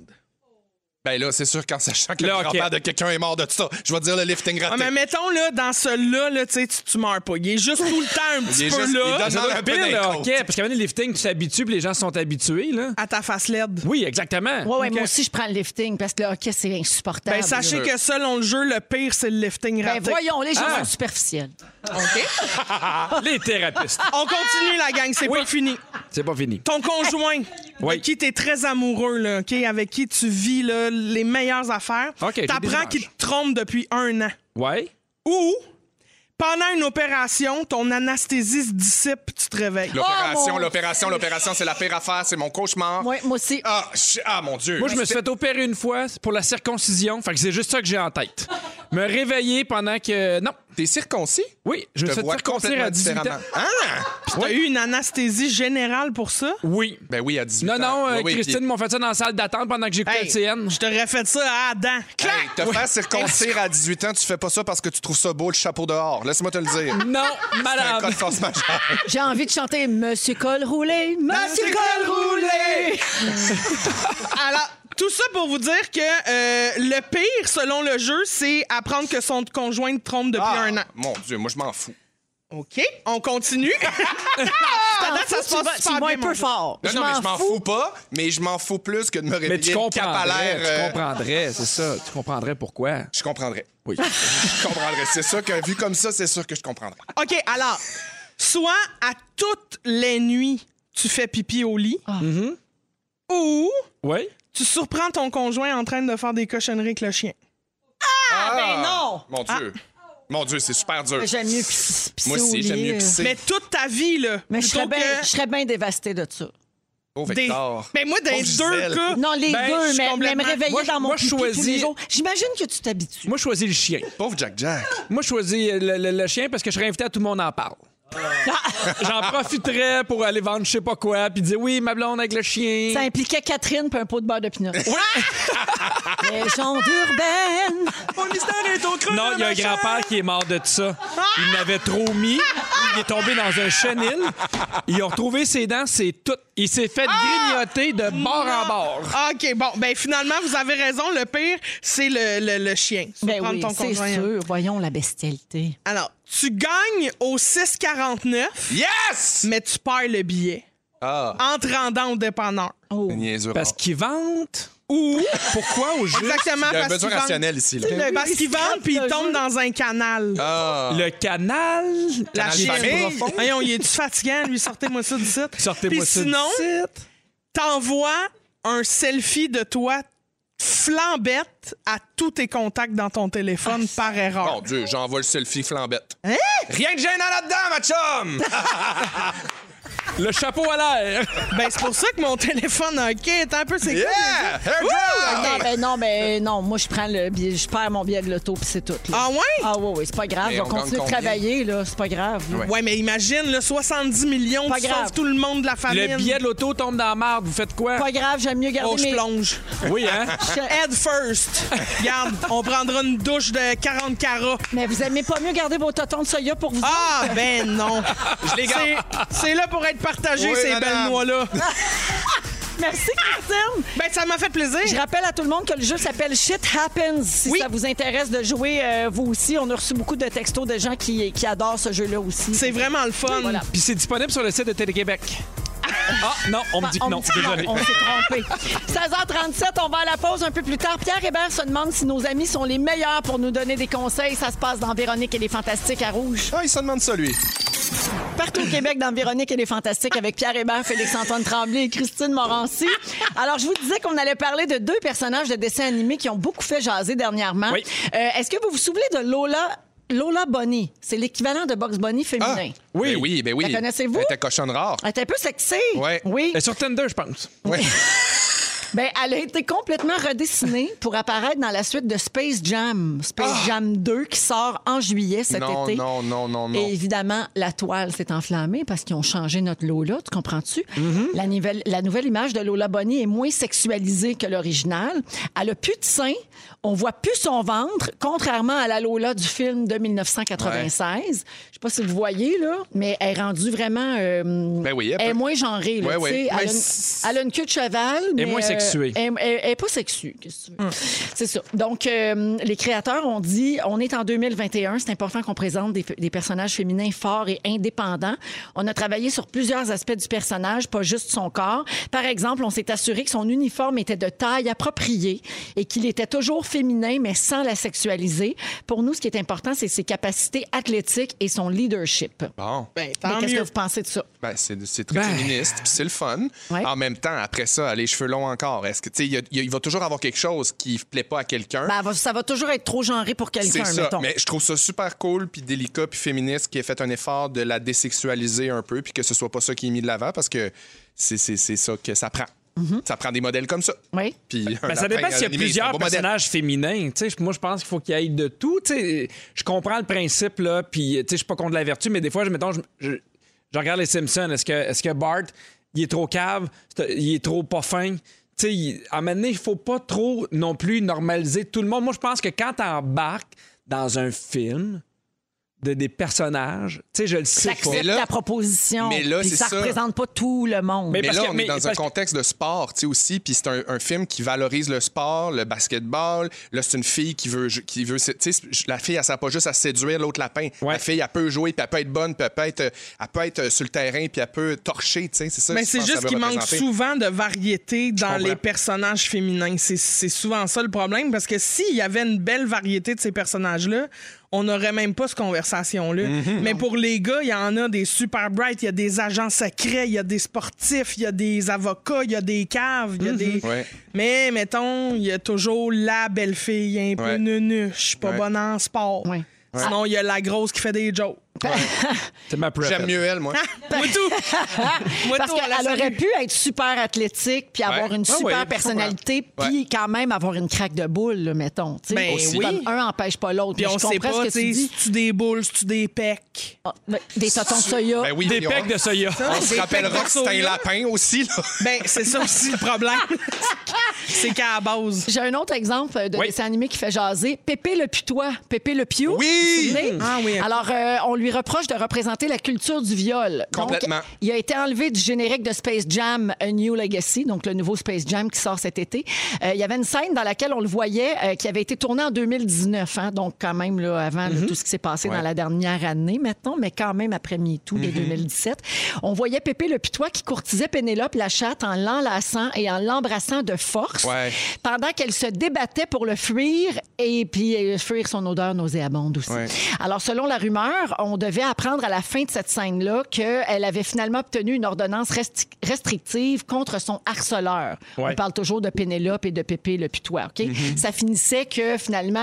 Ben là, c'est sûr qu'en sachant que le,
Là, ok.
grand-père de quelqu'un est mort de tout ça, je vais dire le lifting
Ah,
raté.
mais mettons, là, dans celui-là, là, tu sais, tu tu meurs pas. Il est juste tout le temps un petit
est
peu
juste-
là,
il donne-
Ça
Non,
doit
un
être
peu
pire,
d'un
là,
côte.
OK. Parce qu'avant le lifting, tu t'habitues, puis les gens sont habitués, là.
à ta face laide.
Oui, exactement.
Ouais, ouais,
Ok.
moi aussi, je prends le lifting parce que le hockey, c'est insupportable.
Ben, sachez
Sûr.
que selon le jeu, le pire, c'est le lifting
Ben,
raté.
voyons, les gens
Ah.
sont superficiels.
Les thérapeutes.
On continue,
Ah!
la gang, c'est pas fini.
C'est pas fini.
Ton conjoint,
Oui.
de qui t'es très amoureux, là, OK, avec qui tu vis là, les meilleures affaires,
OK, j'ai des
t'apprends
images.
qu'il te trompe depuis un an.
Ouais.
Ou, pendant une opération, ton anesthésiste dissipe, tu te réveilles.
L'opération,
Oh, mon
l'opération, l'opération, c'est la pire affaire, c'est mon cauchemar.
Ouais, moi aussi.
Ah, je- ah, mon Dieu.
Moi, je me suis fait opérer une fois pour la circoncision. Fait que c'est juste ça que j'ai en tête. Me réveiller pendant que. Non.
T'es circoncis?
Oui, je me suis fait
vois
circoncire à 18 ans.
différemment. Hein?
Puis t'as eu une anesthésie générale pour ça?
Oui.
Ben oui, à 18
Non,
ans.
non, euh,
Oui, oui,
Christine
puis-
m'ont fait ça dans la salle d'attente pendant que j'écoutais
Hey,
LCN.
je t'aurais fait ça à Adam. Clac!
Hey, te faire circoncire à 18 ans, tu fais pas ça parce que tu trouves ça beau le chapeau dehors. Laisse-moi te le dire.
Non,
C'est un cas
madame.
de force majeure.
J'ai envie de chanter Monsieur Col roulé, Monsieur Col roulé.
Alors, tout ça pour vous dire que euh, le pire, selon le jeu, c'est apprendre que son conjoint te trompe depuis
Ah,
un an.
Mon Dieu, moi je m'en fous.
OK, on continue.
T'en
Ah, ça se
fous, Ah,
passe
tu vas-
super
tu vas
bien,
un
mon
peu
gars.
fort.
Non,
Je
non, mais je m'en
m'en fous.
fous pas, mais je m'en fous plus que de me réveiller
Mais tu
le cap à
comprendrais,
l'air,
tu
euh,
comprendrais, c'est ça. Tu comprendrais pourquoi.
Je comprendrais.
Oui.
Je comprendrais. C'est sûr que vu comme ça, c'est sûr que je comprendrais.
OK, alors, soit à toutes les nuits, tu fais pipi au lit,
Ah.
Mm-hmm.
ou
Oui?
tu surprends ton conjoint en train de faire des cochonneries avec le chien.
Ah,
ben non! Ah!
Mon Dieu. Mon Dieu, c'est super dur.
J'aime mieux pisser.
Moi
au
aussi, j'aime
lit,
mieux
euh.
pisser.
Mais toute ta vie, là.
Mais je serais
plutôt
bien
que
je serais bien dévastée de ça.
Oh,
des-
Victor.
Ben, moi, dans les
Pauvre Gisèle.
deux cas...
Non, les
Ben, je
deux, mais,
suis
mais me
complètement-
réveiller
Moi, je-
dans mon
moi, je
pipi tous les
choisis-
jours. J'imagine que tu t'habitues.
Moi, je choisis le chien.
Pauvre Jack Jack.
Moi, je choisis le, le- le chien parce que je serais invité à tout le monde en parle.
Ah.
J'en profiterais pour aller vendre je sais pas quoi, puis dire oui, ma blonde avec le chien.
Ça impliquait Catherine puis un pot de beurre de pinot. Légende urbaine.
Non, il y a un grand-père qui est mort de ça. Il l'avait trop mis. Il est tombé dans un chenil. Ils ont retrouvé ses dents, c'est tout. Il s'est fait
Ah!
grignoter de bord en bord.
OK, bon, ben finalement, vous avez raison. Le pire, c'est le, le- le chien.
Ben
Surprendre
oui,
ton
c'est
conjoint. hein.
sûr. Voyons la bestialité.
Alors, tu gagnes au 6,49,
Yes!
mais tu perds le billet
Ah,
en te rendant au dépanneur.
niaiseux.
Parce qu'il vante.
Ou,
Pourquoi au juste
exactement,
Il y a
parce
un besoin
qu'ils vendent.
rationnel ici. là.
Parce qu'ils vendent, puis ils tombent dans un canal.
Ah.
le canal?
La
Canal
chienne.
profond.
Voyons, il est-tu fatigant, lui? Sortez-moi ça du site.
Sortez-moi
Puis
ça.
sinon, t'envoies un selfie de toi flambette à tous tes contacts dans ton
Ah,
téléphone par erreur.
Mon Dieu, j'envoie le selfie flambette.
Hein?
Rien de gênant là-dedans, ma chum!
Le chapeau à l'air.
Ben, c'est pour ça que mon téléphone a OK est un peu c'est quoi, les gars?
Yeah! Hair drop!
Non, ben non, mais non, moi je prends le billet, je perds mon billet de l'auto puis c'est tout. là.
Ah ouais?
Ah oui, oui, c'est pas grave,
Mais
on,
on gagne
continue de
combien?
travailler, là, c'est pas grave. là.
Ouais.
Ouais, mais imagine, là, 70 millions,
Pas
tu
grave.
sauves tout le monde de la famille.
Le billet de l'auto tombe dans la marde. Vous faites quoi?
Pas grave, j'aime mieux garder
Oh, je
mes...
plonge.
Oui, hein?
Head first. Regarde, on prendra une douche de 40 carats.
Eh, Mais vous aimez pas mieux garder vos totons de soya pour vous
Ah, ben non. Je les garde. C'est là pour être partagé,
Oui,
ces
madame.
belles noix-là.
Merci, Christine!
Ben, ça m'a fait plaisir.
Je rappelle à tout le monde que le jeu s'appelle Shit Happens. Si
Oui.
ça vous intéresse de jouer, euh, vous aussi, on a reçu beaucoup de textos de gens qui, qui adorent ce jeu-là aussi.
C'est vraiment le fun.
Voilà.
Puis c'est disponible sur le site de Télé-Québec. Ah, non, on me dit que
Bah, On
non.
me dit non,
Désolé.
on s'est trompé. 16h37, on va à la pause un peu plus tard. Pierre Hébert se demande si nos amis sont les meilleurs pour nous donner des conseils. Ça se passe dans Véronique et les Fantastiques à Rouge.
Ah, il se demande ça, lui.
Partout au Québec, dans Véronique et les Fantastiques, avec Pierre Hébert, Félix-Antoine Tremblay et Christine Morancy. Alors, je vous disais qu'on allait parler de deux personnages de dessins animés qui ont beaucoup fait jaser dernièrement.
Oui.
Euh, Est-ce que vous vous souvenez de Lola, Lola Bunny? C'est l'équivalent de Bugs Bunny
Ah,
féminin.
Oui.
Ben oui, ben oui.
La connaissez-vous?
Elle était cochonne rare.
Euh,
Elle était un peu sexy.
Ouais.
Oui.
Et sur Tinder, je pense.
Ouais.
Ben, elle a été complètement redessinée pour apparaître dans la suite de Space Jam, Space Jam 2, qui sort en juillet cet
Ah! non,
été.
non, non, non, non.
Et évidemment, la toile s'est enflammée parce qu'ils ont changé notre Lola, tu comprends-tu?
Mm-hmm.
la, nouvelle, la nouvelle image de Lola Bonnie est moins sexualisée que l'original. Elle a plus de sein, on voit plus son ventre, contrairement à la Lola du film de 1996. Je sais pas si vous voyez, là, mais elle est rendue vraiment... euh,
Ben oui, elle
elle est
peut-
moins genrée, là,
Ouais, ouais.
tu sais. Elle,
Mais
a une- elle a une queue de cheval. mais,
moins
euh,
sexuée.
elle, elle- elle est pas sexue, qu'est-ce que tu veux. C'est ça. Donc, euh, les créateurs ont dit, on est en 2021, c'est important qu'on présente des, des personnages féminins forts et indépendants. On a travaillé sur plusieurs aspects du personnage, pas juste son corps. Par exemple, on s'est assuré que son uniforme était de taille appropriée et qu'il était toujours féminin, mais sans la sexualiser. Pour nous, ce qui est important, c'est ses capacités athlétiques et son leadership.
Bon.
Ben,
Mais
tant
Qu'est-ce que
mieux.
vous pensez de ça?
Ben, c'est, c'est très féministe, puis c'est le fun.
Ouais.
En même temps, après ça, les cheveux longs encore. Est-ce que tu sais, il y a- il y a- il va toujours avoir quelque chose qui ne plaît pas à quelqu'un.
Ben, elle va- ça va toujours être trop genré pour
c'est
quelqu'un,
ça.
mettons.
Mais je trouve ça super cool, puis délicat, puis féministe, qui ait fait un effort de la désexualiser un peu, puis que ce soit pas ça qui est mis de l'avant, parce que c'est, c'est, c'est ça que ça prend. Ça prend des modèles comme ça.
Mm-hmm. Oui.
Puis un
Ben, ça
lapin
dépend s'il y a
animé, c'est un
plusieurs
bon modèle.
personnages féminins. Tu sais, moi, je pense qu'il faut qu'il y ait de tout. Tu sais, je comprends le principe, là, puis tu sais, je suis pas contre la vertu, mais des fois, je, mettons, je, je- je regarde les Simpsons. Est-ce que, est que Bart, il est trop cave? C'est- Il est trop pas fin? Tu sais, il- à un moment donné, il faut pas trop non plus normaliser tout le monde. Moi, je pense que quand tu embarques dans un film de des personnages, tu sais, je le sais pas.
Mais
T'acceptes
là-
la proposition.
mais là,
puis
c'est
ça
ça.
représente pas tout le monde.
Mais
Mais
parce
là,
que-
on
mais
est dans un
parce que-
contexte de sport, tu sais, aussi, puis c'est un, un film qui valorise le sport, le basketball. Là, c'est une fille qui veut... Qui veut tu sais, la fille, elle sert pas juste à séduire l'autre lapin.
Ouais.
La fille, elle peut jouer, puis elle peut être bonne, puis elle peut être, elle peut être euh, sur le terrain, puis elle peut torcher, tu sais, c'est ça.
Mais
que je
c'est
pense
juste
ça veut
qu'il manque
représenter.
souvent de variété dans
comprends.
les personnages féminins. C'est- C'est souvent ça le problème, parce que s'il y avait une belle variété de ces personnages-là, on n'aurait même pas cette conversation-là.
Mhm.
Mais pour les gars, il y en a des super bright, il y a des agents secrets, il y a des sportifs, il y a des avocats, il y a des caves, il y a des...
Mhm. Ouais.
Mais, mettons, il y a toujours la belle fille un peu
Ouais.
nunuche, pas
Ouais.
bonne en sport.
Ouais.
Sinon, il y a la grosse qui fait des jokes.
C'est ma préférée.
J'aime mieux elle, moi.
Moi tout! Moi
Parce
tout, on la
qu'elle aurait
salue.
pu être super athlétique, puis avoir
Ouais.
une
Ah
super
oui,
personnalité, puis quand même avoir une craque de boule, là, mettons. tu sais.
Ben
Aussi.
oui.
Comme un empêche pas l'autre.
Puis
Mais
on
je
sait
comprends
pas,
ce que tu
tu sais,
dis.
tu des boules, tu des pecs.
Ah, ben, des tontons de soya.
Ben oui,
Des
puis on-
pecs de soya.
On se
Des
rappellera
pecs de
que c'est un
soya.
lapin aussi, là.
Ben, c'est ça aussi le problème. c'est qu'à la base.
J'ai un autre exemple de
Oui.
dessin animé qui fait jaser. Pépé le putois. Pépé le piou.
Oui!
Vous vous souvenez?
Ah oui.
Alors, euh, on lui reproche de représenter la culture du viol. Donc,
Complètement.
il a été enlevé du générique de Space Jam A New Legacy, donc le nouveau Space Jam qui sort cet été. Euh, il y avait une scène dans laquelle on le voyait euh, qui avait été tournée en 2019, hein, donc quand même là, avant
Mhm.
là, tout ce qui s'est passé dans la dernière année, maintenant, mais quand même après MeToo
Mhm.
de 2017. On voyait Pépé le Putois qui courtisait Pénélope la chatte en l'enlaçant et en l'embrassant de force
Ouais.
pendant qu'elle se débattait pour le fuir et puis euh, fuir son odeur nauséabonde aussi.
Ouais.
Alors, selon la rumeur, on devait apprendre à la fin de cette scène-là qu'elle avait finalement obtenu une ordonnance resti- restrictive contre son harceleur.
Ouais.
On parle toujours de Pénélope et de Pépé le putois, OK? Ça finissait que finalement...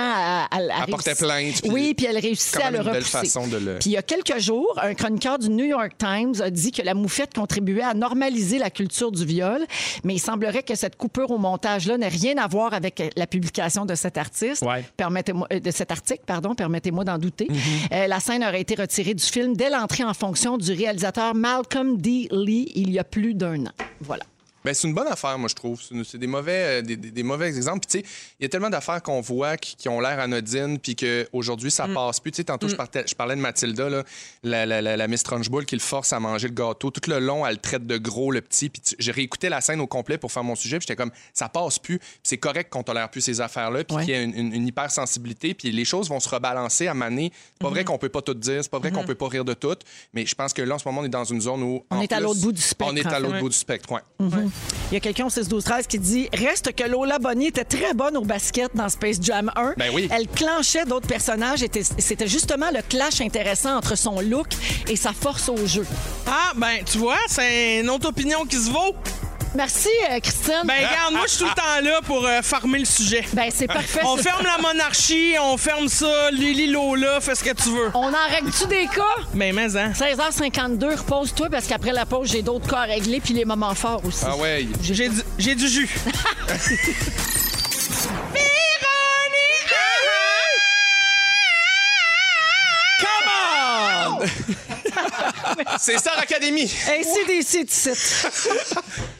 Elle, elle- elle
Mm-hmm. Elle portait
réussit-
plainte, puis
Oui, puis elle réussissait
quand
à
même
le
une belle
repousser.
façon de le-
Puis il y a quelques jours, un chroniqueur du New York Times a dit que la moufette contribuait à normaliser la culture du viol, mais il semblerait que cette coupure au montage-là n'ait rien à voir avec la publication de cet artiste.
Ouais.
Permettez-moi euh, de cet article, pardon, permettez-moi d'en douter. Euh, la scène aurait été retirée du film dès l'entrée en fonction du réalisateur Malcolm D. Lee il y a plus d'un an. Voilà.
Ben, c'est une bonne affaire, moi, je trouve. C'est une- C'est des mauvais, euh, des, des- des mauvais exemples. Puis, tu sais, il y a tellement d'affaires qu'on voit qui, qui ont l'air anodines, puis qu'aujourd'hui,
Mm.
ça passe plus. Tu sais, tantôt, je, partais- je parlais de Mathilda, là, la, la, la, la Miss Trunchbull qui le force à manger le gâteau. Tout le long, elle le traite de gros, le petit. Puis, tu- j'ai réécouté la scène au complet pour faire mon sujet, puis j'étais comme, ça passe plus. Puis c'est correct qu'on tolère plus ces affaires-là, puis
Ouais.
qu'il y a une, une- une hypersensibilité, puis les choses vont se rebalancer à maner. C'est pas
Mm-hmm.
vrai qu'on peut pas tout dire, c'est pas vrai qu'on peut pas rire de tout, mais je pense que là, en ce moment, on est dans une zone où.
On
en
est à
plus,
l'autre bout du
On
spectre,
est
en
à
fait.
l'autre bout du spectre, ouais.
Il y a quelqu'un au 6-12-13 qui dit Reste que Lola Bonny était très bonne au basket dans Space Jam 1.
Ben oui.
Elle clenchait d'autres personnages. et t- C'était justement le clash intéressant entre son look et sa force au jeu.
Ah, ben, tu vois, c'est une autre opinion qui se vaut.
Merci, euh, Christine.
Ben, regarde, moi, je suis tout le temps là pour euh, farmer le sujet.
Ben, c'est parfait.
On
c'est-
ferme la monarchie, on ferme ça, Lily Lola, fais ce que tu veux.
On en règle-tu des cas?
Mais, mais, hein.
16h52, repose-toi parce qu'après la pause, j'ai d'autres cas à régler puis les moments forts aussi.
Ah ouais.
J'ai du, j'ai du jus. Come on!
C'est Star Academy.
Ainsi des sites.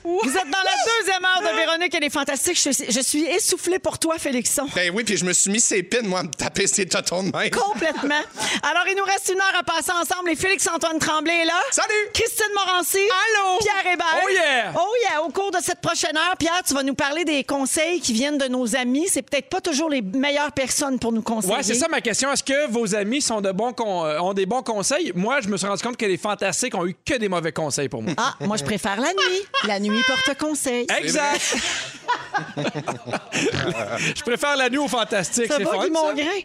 Vous êtes dans la deuxième heure
Ah.
de Véronique, elle est fantastique. Je, je suis essoufflée pour toi, Félixon.
Ben oui, puis je me suis mis ses pins, moi, à me taper ses totons de main.
Complètement. Alors, il nous reste une heure à passer ensemble. Et Félix-Antoine Tremblay est là.
Salut!
Christine Morancy.
Allô!
Pierre Hébert.
Oh yeah!
Oh yeah! Au cours de cette prochaine heure, Pierre, tu vas nous parler des conseils qui viennent de nos amis. C'est peut-être pas toujours les meilleures personnes pour nous conseiller.
Ouais, c'est ça ma question. Est-ce que vos amis sont de bons con- euh, ont des bons conseils? Moi, je me suis rendu compte que les fantastiques ont eu que des mauvais conseils pour moi.
Ah, moi, je préfère la nuit. La nuit porte conseil.
Exact. je préfère la nuit aux fantastiques.
Ça
c'est
va,
fun,
Guy
ça.
Mongrain?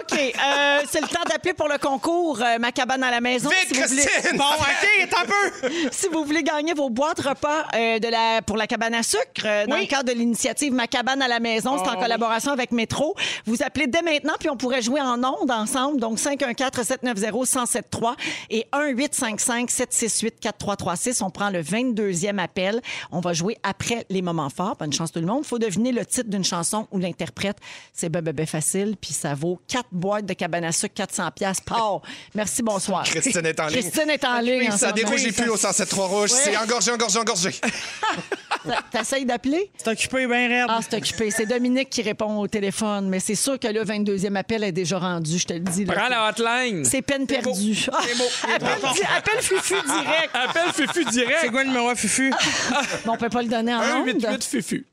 OK. euh, c'est le temps d'appeler pour le concours euh, Ma cabane à la maison.
Vite,
si vous voulez-
Christine!
Bon, OK, attends un peu.
si vous voulez gagner vos boîtes repas euh, de la, pour la cabane à sucre, euh, dans
Oui.
le cadre de l'initiative Ma cabane à la maison,
Ah
c'est en collaboration avec Métro. Vous appelez dès maintenant, puis on pourrait jouer en ondes ensemble. Donc, 514-790-1073 et 1-855-768-4336. On prend le 22e appel. On va jouer après les moments forts. Bonne chance tout le monde. faut deviner le titre d'une chanson ou l'interprète. C'est ben, ben, ben facile, puis ça vaut quatre boîtes de cabane à sucre, 400 pièces. Pow! Merci, bonsoir.
Christine est en ligne.
Christine est en ligne. en
Ça
ce moment.
dérougit plus au 107 3 rouge. C'est engorgé, engorgé, engorgé.
T'a- T'essayes d'appeler?
C'est occupé ben, bien raide.
Ah, c'est occupé. C'est Dominique qui répond au téléphone, mais c'est sûr que le 22e appel est déjà rendu, je te le dis. là.
Prends la hotline.
C'est peine perdue. Ah, appelle, di- appelle Fufu direct.
Ah, Appelle Fufu
C'est
direct. Ah,
quoi le numéro à Fufu? Ah,
Bon, on peut pas le donner en ondes.
188 Fufu.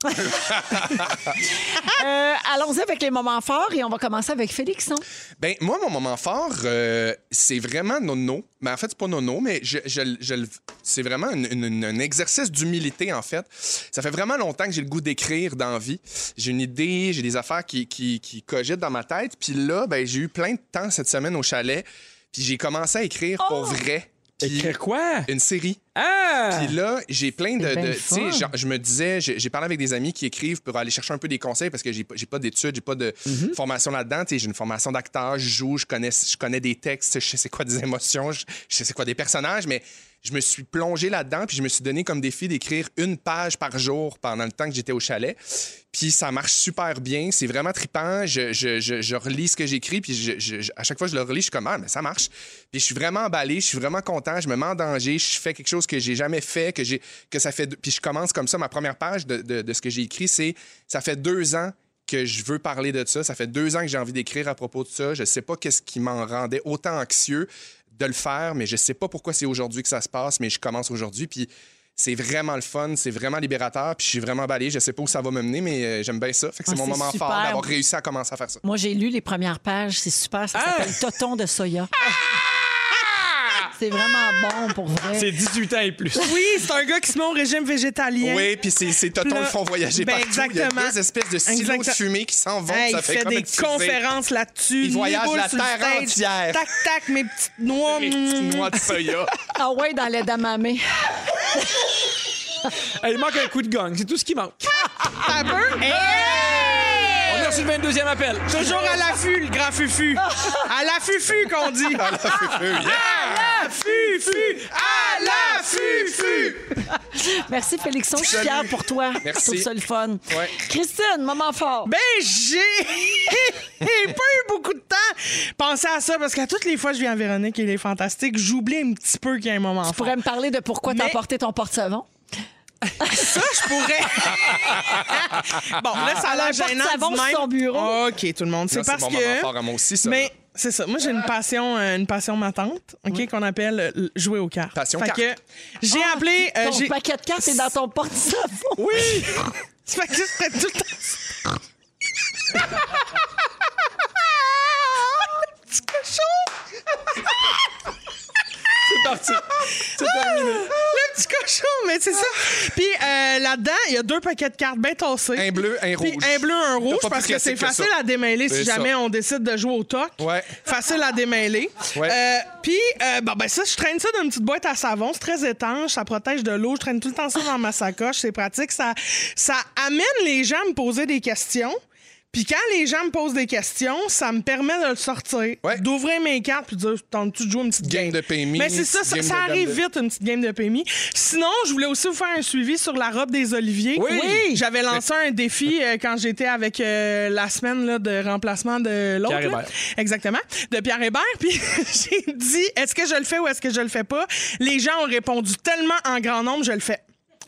Euh, Allons-y avec les moments forts et on va commencer avec hein. Félixon.
Ben, moi, mon moment fort, euh, c'est vraiment nono. Mais en fait, c'est pas nono, mais je, je- je le- c'est vraiment une- une- une- un exercice d'humilité, en fait. Ça fait vraiment longtemps que j'ai le goût d'écrire dans la vie. J'ai une idée, j'ai des affaires qui, qui, qui cogitent dans ma tête. Puis là, ben, j'ai eu plein de temps cette semaine au chalet. Puis j'ai commencé à écrire pour vrai. Puis
Oh! Écrire quoi?
une série.
Ah!
Puis là, j'ai plein de.
C'est bien
de-
le
tu sais,
fun.
genre, je me disais, j'ai j'ai parlé avec des amis qui écrivent pour aller chercher un peu des conseils parce que j'ai pas- j'ai pas d'études, j'ai pas de
Mm-hmm.
formation là-dedans. Tu sais, j'ai une formation d'acteur, je joue, je connais, je connais des textes, je sais c'est quoi des émotions, je, je sais c'est quoi des personnages, mais je me suis plongé là-dedans puis je me suis donné comme défi d'écrire une page par jour pendant le temps que j'étais au chalet. Puis ça marche super bien, c'est vraiment trippant. Je, je- je- je relis ce que j'écris, puis je- je- je- à chaque fois que je le relis, je suis comme, ah, mais ça marche. Puis je suis vraiment emballé, je suis vraiment content, je me mets en danger, je fais quelque chose que j'ai jamais fait, que, j'ai, que ça fait. Puis je commence comme ça, ma première page de, de- de ce que j'ai écrit, c'est ça fait deux ans que je veux parler de ça, ça fait deux ans que j'ai envie d'écrire à propos de ça, je sais pas qu'est-ce qui m'en rendait autant anxieux de le faire, mais je sais pas pourquoi c'est aujourd'hui que ça se passe, mais je commence aujourd'hui, puis c'est vraiment le fun, c'est vraiment libérateur, puis je suis vraiment emballé. Je sais pas où ça va me mener, mais euh, j'aime bien ça. Fait que c'est
Ah,
mon
c'est
moment
super.
fort d'avoir réussi à commencer à faire ça.
Moi, j'ai lu les premières pages. C'est super. Ça
Ah!
s'appelle Toton de soya. C'est vraiment bon pour vrai.
C'est 18 ans et plus.
Oui, c'est un gars qui se met au régime végétalien.
Oui, puis c'est, c'est Toton
Là,
le font voyager
ben,
partout. Il y
exactement.
a deux espèces de silos de
Exact-
fumée qui s'en vont.
Hey,
ça
il
fait,
fait,
comme
des
une fusée.
conférences là-dessus.
Il voyage
Niboule
la
sur le
terre
stage.
entière.
Tac, tac, mes petites noix.
Des
mm.
petites noix de soya.
Ah ouais, dans les damamés.
Ah, il manque un coup de gang, c'est tout ce qui manque.
Un peu. Hey!
On a reçu le 22e appel.
Toujours à l'affût, le grand Fufu. À la Fufu qu'on dit. À la Fufu. À la Fufu.
Merci, Félixon. Je suis
Salut.
fière pour toi.
Merci.
Je trouve ça le fun.
Ouais.
Christine, moment fort.
Ben, j'ai pas eu beaucoup de temps. Pensez à ça, parce qu'à toutes les fois que je viens à Véronique, il est fantastique. J'oublie un petit peu qu'il y a un moment
Tu pourrais me parler de pourquoi t'as
Mais-
porté ton porte-savon.
Ça, je pourrais. bon, là, ça a
Alors, un
l'air gênant.
porte-savon
du
sur
même.
son bureau.
OK, tout le monde.
Là,
C'est parce
mon
que.
moment fort à moi aussi, ça.
Mais c'est ça. Moi, j'ai une passion, euh, une passion matante, OK, qu'on appelle euh, l- jouer aux cartes.
Passion
Fait
carte.
que j'ai appelé. euh,
Ah, ton
j'ai-
paquet de cartes est dans ton porte-savon.
Oui! Ça fait que je ferais tout le temps ça. Le petit cochon!
C'est parti. C'est terminé.
Le petit cochon, mais c'est ça. Puis euh, là-dedans, il y a deux paquets de cartes bien tassés.
Un bleu, un
Puis
rouge.
Un bleu, un
T'as
rouge,
pas
parce
plus
que c'est
classique que
facile
ça.
à démêler si
C'est ça.
jamais on décide de jouer au toc.
Ouais.
Facile à démêler.
Ouais.
Euh, Puis, euh, bon, ben ça, je traîne ça dans une petite boîte à savon. C'est très étanche, ça protège de l'eau. Je traîne tout le temps ça dans ma sacoche. C'est pratique. Ça, ça amène les gens à me poser des questions. Puis quand les gens me posent des questions, ça me permet de le sortir,
Ouais.
d'ouvrir mes cartes puis de dire, tentes-tu de jouer une petite
Game de PMI,
Mais c'est ça, ça,
game
ça
de
arrive
dame de-
vite, une petite game de PMI. Sinon, je voulais aussi vous faire un suivi sur la robe des Oliviers.
Oui. Oui.
J'avais lancé un défi euh, quand j'étais avec euh, la semaine là, de remplacement de l'autre.
Pierre
là.
Hébert.
Exactement. De Pierre Hébert. Puis j'ai dit, est-ce que je le fais ou est-ce que je le fais pas? Les gens ont répondu tellement en grand nombre, je le fais.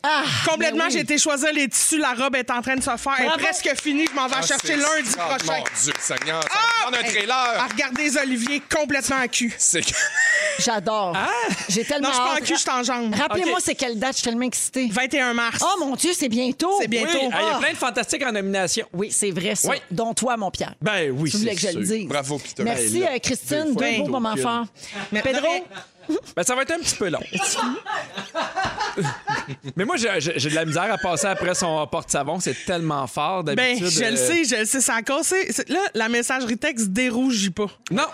Ah,
Complètement,
ben oui.
j'ai été choisir les tissus, la robe est en train de se faire. Elle est
Bravo.
presque finie, je m'en vais
Ah,
chercher
c'est-
lundi
Ah,
prochain.
Mon Dieu, Seigneur, ça
Ah!
va prendre un
Hey,
trailer.
à regarder les Oliviers complètement à cul.
C'est que-
J'adore. J'ai
Non,
tellement
je suis pas en
hâte.
cul, je suis en jambe.
Rappelez-moi
Ok.
c'est quelle date, je suis tellement excitée.
21 mars.
Oh mon Dieu, c'est bientôt.
C'est bientôt.
Oui, hey, il y
Ah.
a plein de fantastiques en nomination.
Oui, c'est vrai ça.
Oui.
Dont toi, mon Pierre.
Ben oui,
Tu voulais que je le dise.
Bravo, Peter.
Merci,
Ben, là,
euh, Christine. Deux
des fois,
beaux
plutôt
moments
que-
forts.
Mais-
Pedro,
Non,
Ben, ça va être un petit peu long. Mais moi, j'ai- j'ai j'ai de la misère à passer après son porte-savon. C'est tellement fort
Ben,
d'habitude.
je le
euh,
sais, je le sais, ça a cassé. C'est- Là, la messagerie texte dérougit pas.
Non.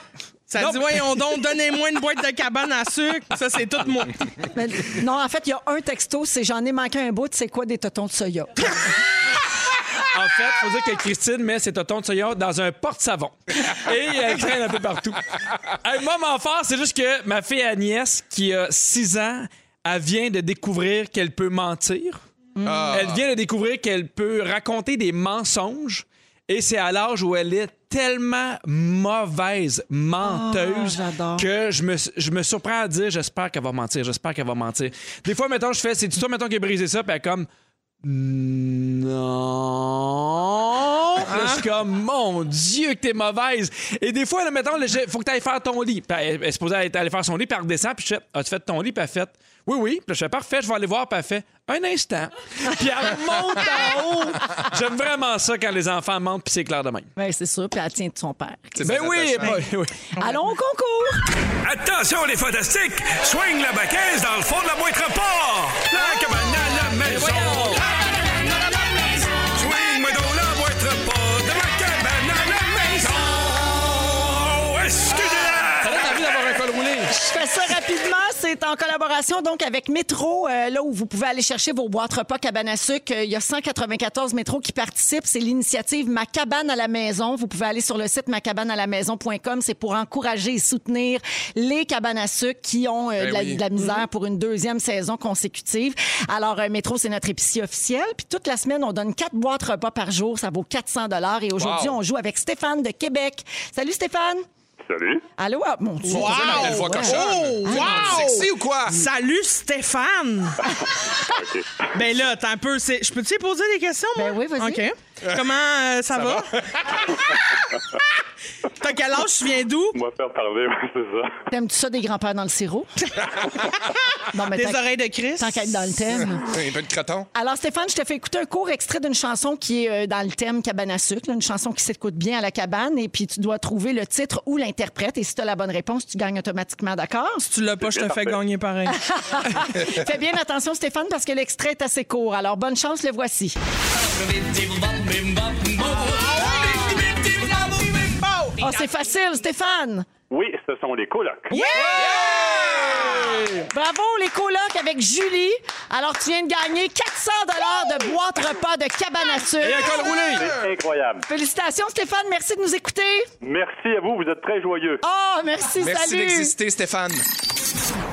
Ça
Non,
dit,
mais-
voyons donc, donnez-moi une boîte de cabane à sucre. Ça, c'est tout moi.
mais- non, en fait, il y a un texto, c'est j'en ai manqué un bout, c'est quoi des totons de soya?
En fait, faut dire que Christine met ses totons de soya dans un porte-savon. Et elle traîne un peu partout. Un moment fort, c'est juste que ma fille Agnès, qui a 6 ans, elle vient de découvrir qu'elle peut mentir.
Ah.
Elle vient de découvrir qu'elle peut raconter des mensonges. Et c'est à l'âge où elle est tellement mauvaise menteuse
Ah, j'adore.
que je me, je me surprends à dire j'espère qu'elle va mentir, j'espère qu'elle va mentir. Des fois, mettons, je fais c'est toi, mettons, qui a brisé ça, puis elle est comme non.
Hein?
Puis là, Je suis comme, mon Dieu, que t'es mauvaise. Et des fois, là, mettons, là, j'ai- faut que t'ailles faire ton lit. Puis elle elle est supposée aller aller faire son lit, puis elle redescend, puis je fais, as-tu fait ton lit? Puis elle fait, oui, oui. Puis là, je fais, parfait, je vais aller voir, puis elle fait, un instant. Puis elle monte en haut. J'aime vraiment ça quand les enfants montent, puis c'est clair de même.
Oui, Ben, c'est sûr, puis elle tient de son père.
C'est
Ben
bien
oui,
attachant.
ben oui.
Allons au concours!
Attention les fantastiques, soigne la baquette dans le fond de la boîte rapport. La cabane à la maison. Swing-moi dans la boîte rapport de la cabane à la maison. Oh, Excusez-la.
Ça donne envie d'avoir un col roulé.
Je fais ça rapidement. C'est en collaboration donc avec Métro, euh, là où vous pouvez aller chercher vos boîtes repas cabane à sucre. Euh, Il y a 194 métros qui participent. C'est l'initiative Ma cabane à la maison. Vous pouvez aller sur le site macabanealamaison.com. C'est pour encourager et soutenir les cabanes à sucre qui ont euh,
Ben
de, la,
oui.
de la misère pour une deuxième saison consécutive. Alors, euh, Métro, c'est notre épicier officiel. Puis toute la semaine, on donne quatre boîtes repas par jour. Ça vaut 400 dollars. Et aujourd'hui,
Wow.
on joue avec Stéphane de Québec. Salut Stéphane.
Salut.
Allô, ah, mon Dieu.
Wow!
Wow!
Elle voit cochonne.
Oh,
Tout le monde
wow!
dit Sexy ou quoi?
Salut, Stéphane. ben là, t'as un peu. c'est- Je peux-tu poser des questions, moi?
Ben oui, vas-y.
OK. Comment euh, ça, va? T'as quel âge? Tu viens d'où?
Moi, faire parler, oui, c'est ça.
T'aimes-tu ça des grands-pères dans le sirop? non, mais
Des
tant-
oreilles de Christ.
tant qu'à être dans le thème.
Un peu de croton.
Alors, Stéphane, je te fais écouter un court extrait d'une chanson qui est euh, dans le thème cabane à sucre, là, une chanson qui s'écoute bien à la cabane, et puis tu dois trouver le titre ou l'interprète, et si tu as la bonne réponse, tu gagnes automatiquement, d'accord?
Si tu l'as pas, je te fais gagner pareil.
Fais bien attention, Stéphane, parce que l'extrait est assez court. Alors, bonne chance, le voici. Oh, c'est facile, Stéphane!
Oui, ce sont les colocs.
Bravo, les colocs avec Julie. Alors, tu viens de gagner 400 de boîte repas de cabane à sucre.
Et un col roulé.
Incroyable.
Félicitations, Stéphane. Merci de nous écouter.
Merci à vous, vous êtes très joyeux.
Oh, merci,
Merci
salut.
d'exister, Stéphane.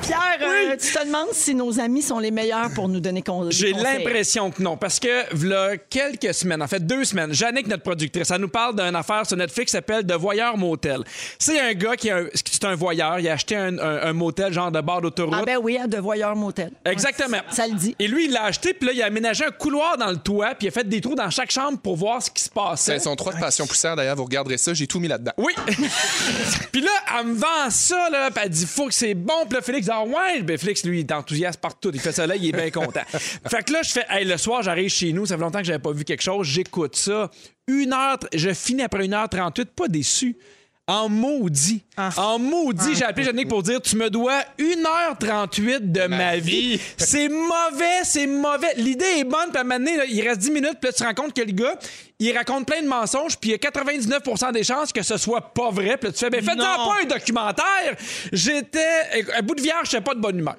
Pierre, euh, tu te demandes si nos amis sont les meilleurs pour nous donner con- des
J'ai
conseils.
l'impression que non, parce que v'là quelques semaines, en fait deux semaines, Jannick, notre productrice, elle nous parle d'une affaire sur Netflix qui s'appelle The Voyeur Motel. C'est un gars qui est un, c'est un voyeur, il a acheté un, un- un motel genre de bord d'autoroute.
Ah ben oui, à De Voyeur Motel.
Exactement.
Ça le dit.
Et lui, il l'a acheté, puis là, il a aménagé un couloir dans le toit, puis il a fait des trous dans chaque chambre pour voir ce qui se passait.
Ils sont trois de passion poussière, d'ailleurs, vous regarderez ça, j'ai tout mis là-dedans.
Oui. puis là, elle me vend ça, là. Puis elle dit, faut que c'est bon. Puis là, Félix dit, ah ouais. Ben, Félix, lui, il est enthousiaste partout. Il fait ça là, il est bien content. fait que là, je fais, hey, le soir, j'arrive chez nous. Ça fait longtemps que j'avais pas vu quelque chose. J'écoute ça. Une heure, je finis après une heure 38, pas déçu. En maudit. En maudit, j'ai appelé Yannick pour dire tu me dois 1h38 de ma, vie. C'est mauvais, c'est mauvais. L'idée est bonne, puis à un moment donné, là, il reste 10 minutes, puis là, tu te rends compte que le gars, il raconte plein de mensonges, puis il y a 99 des chances que ce soit pas vrai. Puis là, tu fais, ben faites-en
Non.
pas un documentaire. J'étais, à bout de vierge, j'étais pas de bonne humeur.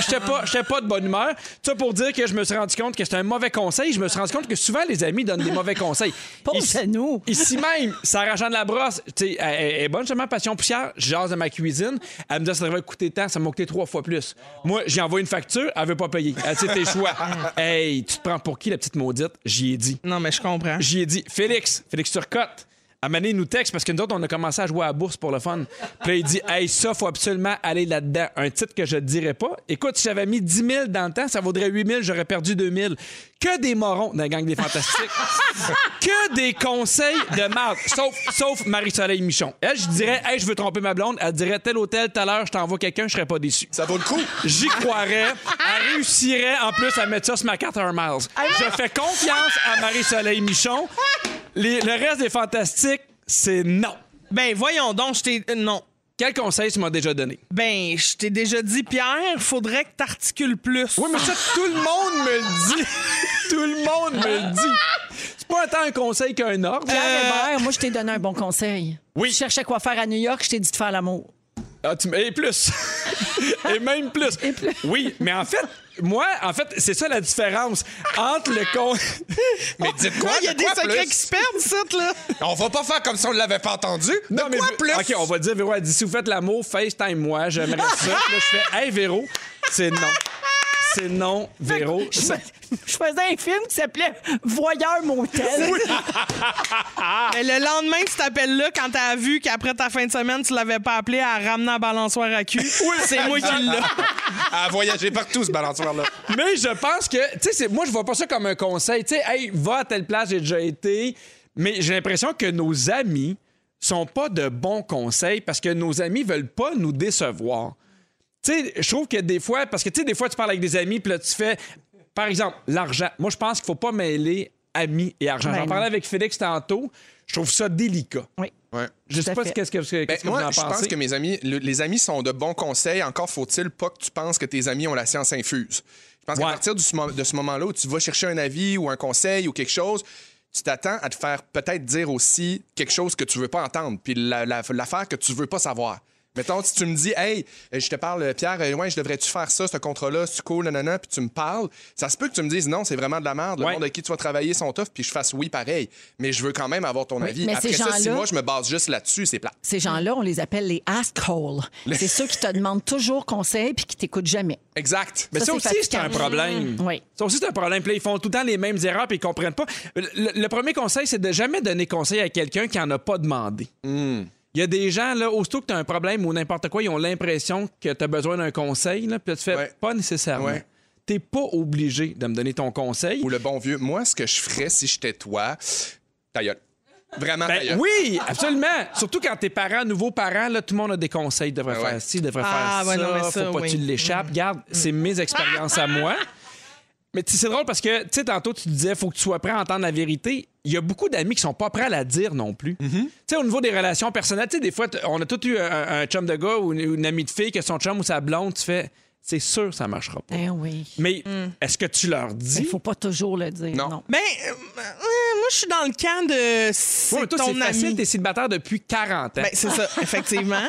J'étais pas, j'étais pas de bonne humeur. Ça pour dire que je me suis rendu compte que c'était un mauvais conseil. Je me suis rendu compte que souvent les amis donnent des mauvais conseils. Ici-
Pense-nous.
Ici même, Sarah Jeanne Labrosse, tu sais, elle, elle est bonne justement, passion poussière. Je jase de ma cuisine. Elle me dit ça devrait coûter tant, ça m'a coûté trois fois plus. Moi, j'ai envoyé une facture, elle veut pas payer. Elle dit c'est tes choix. hey, tu te prends pour qui la petite maudite? J'y ai dit.
Non, mais je comprends.
J'y ai dit, Félix, Félix Turcotte, amenez nous texte parce que nous autres, on a commencé à jouer à la bourse pour le fun. Puis là, il dit, hey, ça, faut absolument aller là-dedans. Un titre que je ne dirais pas. Écoute, si j'avais mis 10 000 dans le temps, ça vaudrait 8 000, j'aurais perdu 2 000. Que des morons dans la gang des fantastiques. que des conseils de marde. Sauf, sauf Marie-Soleil Michon. Elle, je dirais, hey, je veux tromper ma blonde. Elle dirait, tel hôtel, tout à l'heure, je t'envoie quelqu'un, je serais pas déçu.
Ça vaut le coup.
J'y croirais. Elle réussirait en plus à mettre ça sur ma carte à un miles. Je fais confiance à Marie-Soleil Michon. Les- le reste des fantastiques, c'est non.
Ben, voyons donc, je t'ai. euh, Non.
Quel conseil tu m'as déjà donné?
Ben, je t'ai déjà dit, Pierre, faudrait que t'articules plus.
Oui, mais ça, tout le monde me le dit. tout le monde me le dit. C'est pas tant un conseil qu'un ordre.
Pierre Hébert, moi, je t'ai donné un bon conseil.
Euh, Oui.
Tu cherchais quoi faire à New York, je t'ai dit de faire l'amour.
Ah, tu m- et plus. et même plus. Oui, mais en fait, moi, en fait, c'est ça la différence entre le con.
Mais dites quoi?
Il y a
de
des
quoi
secrets
plus?
qui se perdent, ça, là.
On va pas faire comme si on ne l'avait pas entendu.
Non, mais
quoi
Vé-
plus?
OK, on va dire, Véro, elle dit si vous faites l'amour, FaceTime-moi, j'aimerais ça. Puis là, je fais, hey, Véro, c'est non. C'est non, Véro.
Je,
Ça-
je faisais un film qui s'appelait Voyeur Motel.
Mais Ben, le lendemain de cet appel-là, quand t'as vu qu'après ta fin de semaine, tu l'avais pas appelé à ramener un balançoire à cul, c'est moi qui l'ai.
À voyager partout, ce balançoire-là.
Mais je pense que, tu sais, c'est- moi, je vois pas ça comme un conseil. Tu sais, hey, va à telle place, j'ai déjà été. Mais j'ai l'impression que nos amis sont pas de bons conseils parce que nos amis veulent pas nous décevoir. Tu sais, je trouve que des fois, parce que tu sais, des fois, tu parles avec des amis, puis là, tu fais, par exemple, l'argent. Moi, je pense qu'il faut pas mêler amis et argent. J'en
non.
parlais avec Félix tantôt. Je trouve ça délicat.
Oui.
Ouais.
Je sais
à
pas
fait.
qu'est-ce que, qu'est-ce
Ben,
que vous
moi,
en
je pense
pensez.
que mes amis, le- les amis sont de bons conseils. Encore faut-il pas que tu penses que tes amis ont la science infuse. Je pense
Ouais.
qu'à partir du ce mo- de ce moment-là où tu vas chercher un avis ou un conseil ou quelque chose, tu t'attends à te faire peut-être dire aussi quelque chose que tu veux pas entendre, puis la- la- l'affaire que tu veux pas savoir. Mettons, si tu me dis, hey, euh, je te parle, euh, Pierre, euh, ouais, je devrais-tu faire ça, ce contrat-là, c'est cool, nanana, puis tu me parles, ça se peut que tu me dises, non, c'est vraiment de la merde, le
Ouais.
monde avec qui tu vas travailler sont tough, puis je fasse oui pareil, mais je veux quand même avoir ton avis.
mais
Après
ces
ça, si
gens-là-
moi, je me base juste là-dessus, c'est plat.
Ces gens-là, on les appelle les assholes. C'est ceux qui te demandent toujours conseil puis qui t'écoutent jamais.
Exact.
Mais ça,
Ça, c'est
aussi, c'est
fatigant.
un problème.
Mmh. Oui.
Ça aussi, c'est un problème. Puis là, ils font tout le temps les mêmes erreurs puis ils comprennent pas. Le, le premier conseil, c'est de jamais donner conseil à quelqu'un qui en a pas demandé.
Mm.
Il y a des gens, là, aussitôt que tu as un problème ou n'importe quoi, ils ont l'impression que tu as besoin d'un conseil, là, puis là, tu fais
Ouais.
pas nécessairement.
Ouais.
T'es pas obligé de me donner ton conseil.
ou le bon vieux. Moi, ce que je ferais si j'étais toi, ta gueule. Vraiment, ta
Ben
gueule.
oui, absolument. Surtout quand tes parents, nouveaux parents, là, tout le monde a des conseils. Devrait
Ben
faire
ouais.
ci, devrait
Ah,
faire
ouais,
ça.
non, mais ça,
faut pas
oui. Mm-hmm.
que tu l'échappes. Garde, c'est mes expériences à moi. Mais tu sais, c'est drôle parce que, tu sais, tantôt, tu disais, faut que tu sois prêt à entendre la vérité. Il y a beaucoup d'amis qui sont pas prêts à la dire non plus. Tu sais, au niveau des relations personnelles, tu sais, des fois, t- on a tous eu un, un chum de gars ou une, une amie de fille que son chum ou sa blonde, tu fais, c'est sûr, ça marchera pas.
Ben oui.
Eh,
Mais
hmm.
est-ce que tu leur
Il
dis?
faut pas toujours le dire.
Non.
Non.
Ben, euh, euh, moi, je suis dans le camp de. C'est
Ouais, mais toi,
ton
c'est facile,
ami.
t'es célibataire depuis 40 ans.
Ben, c'est ça, effectivement.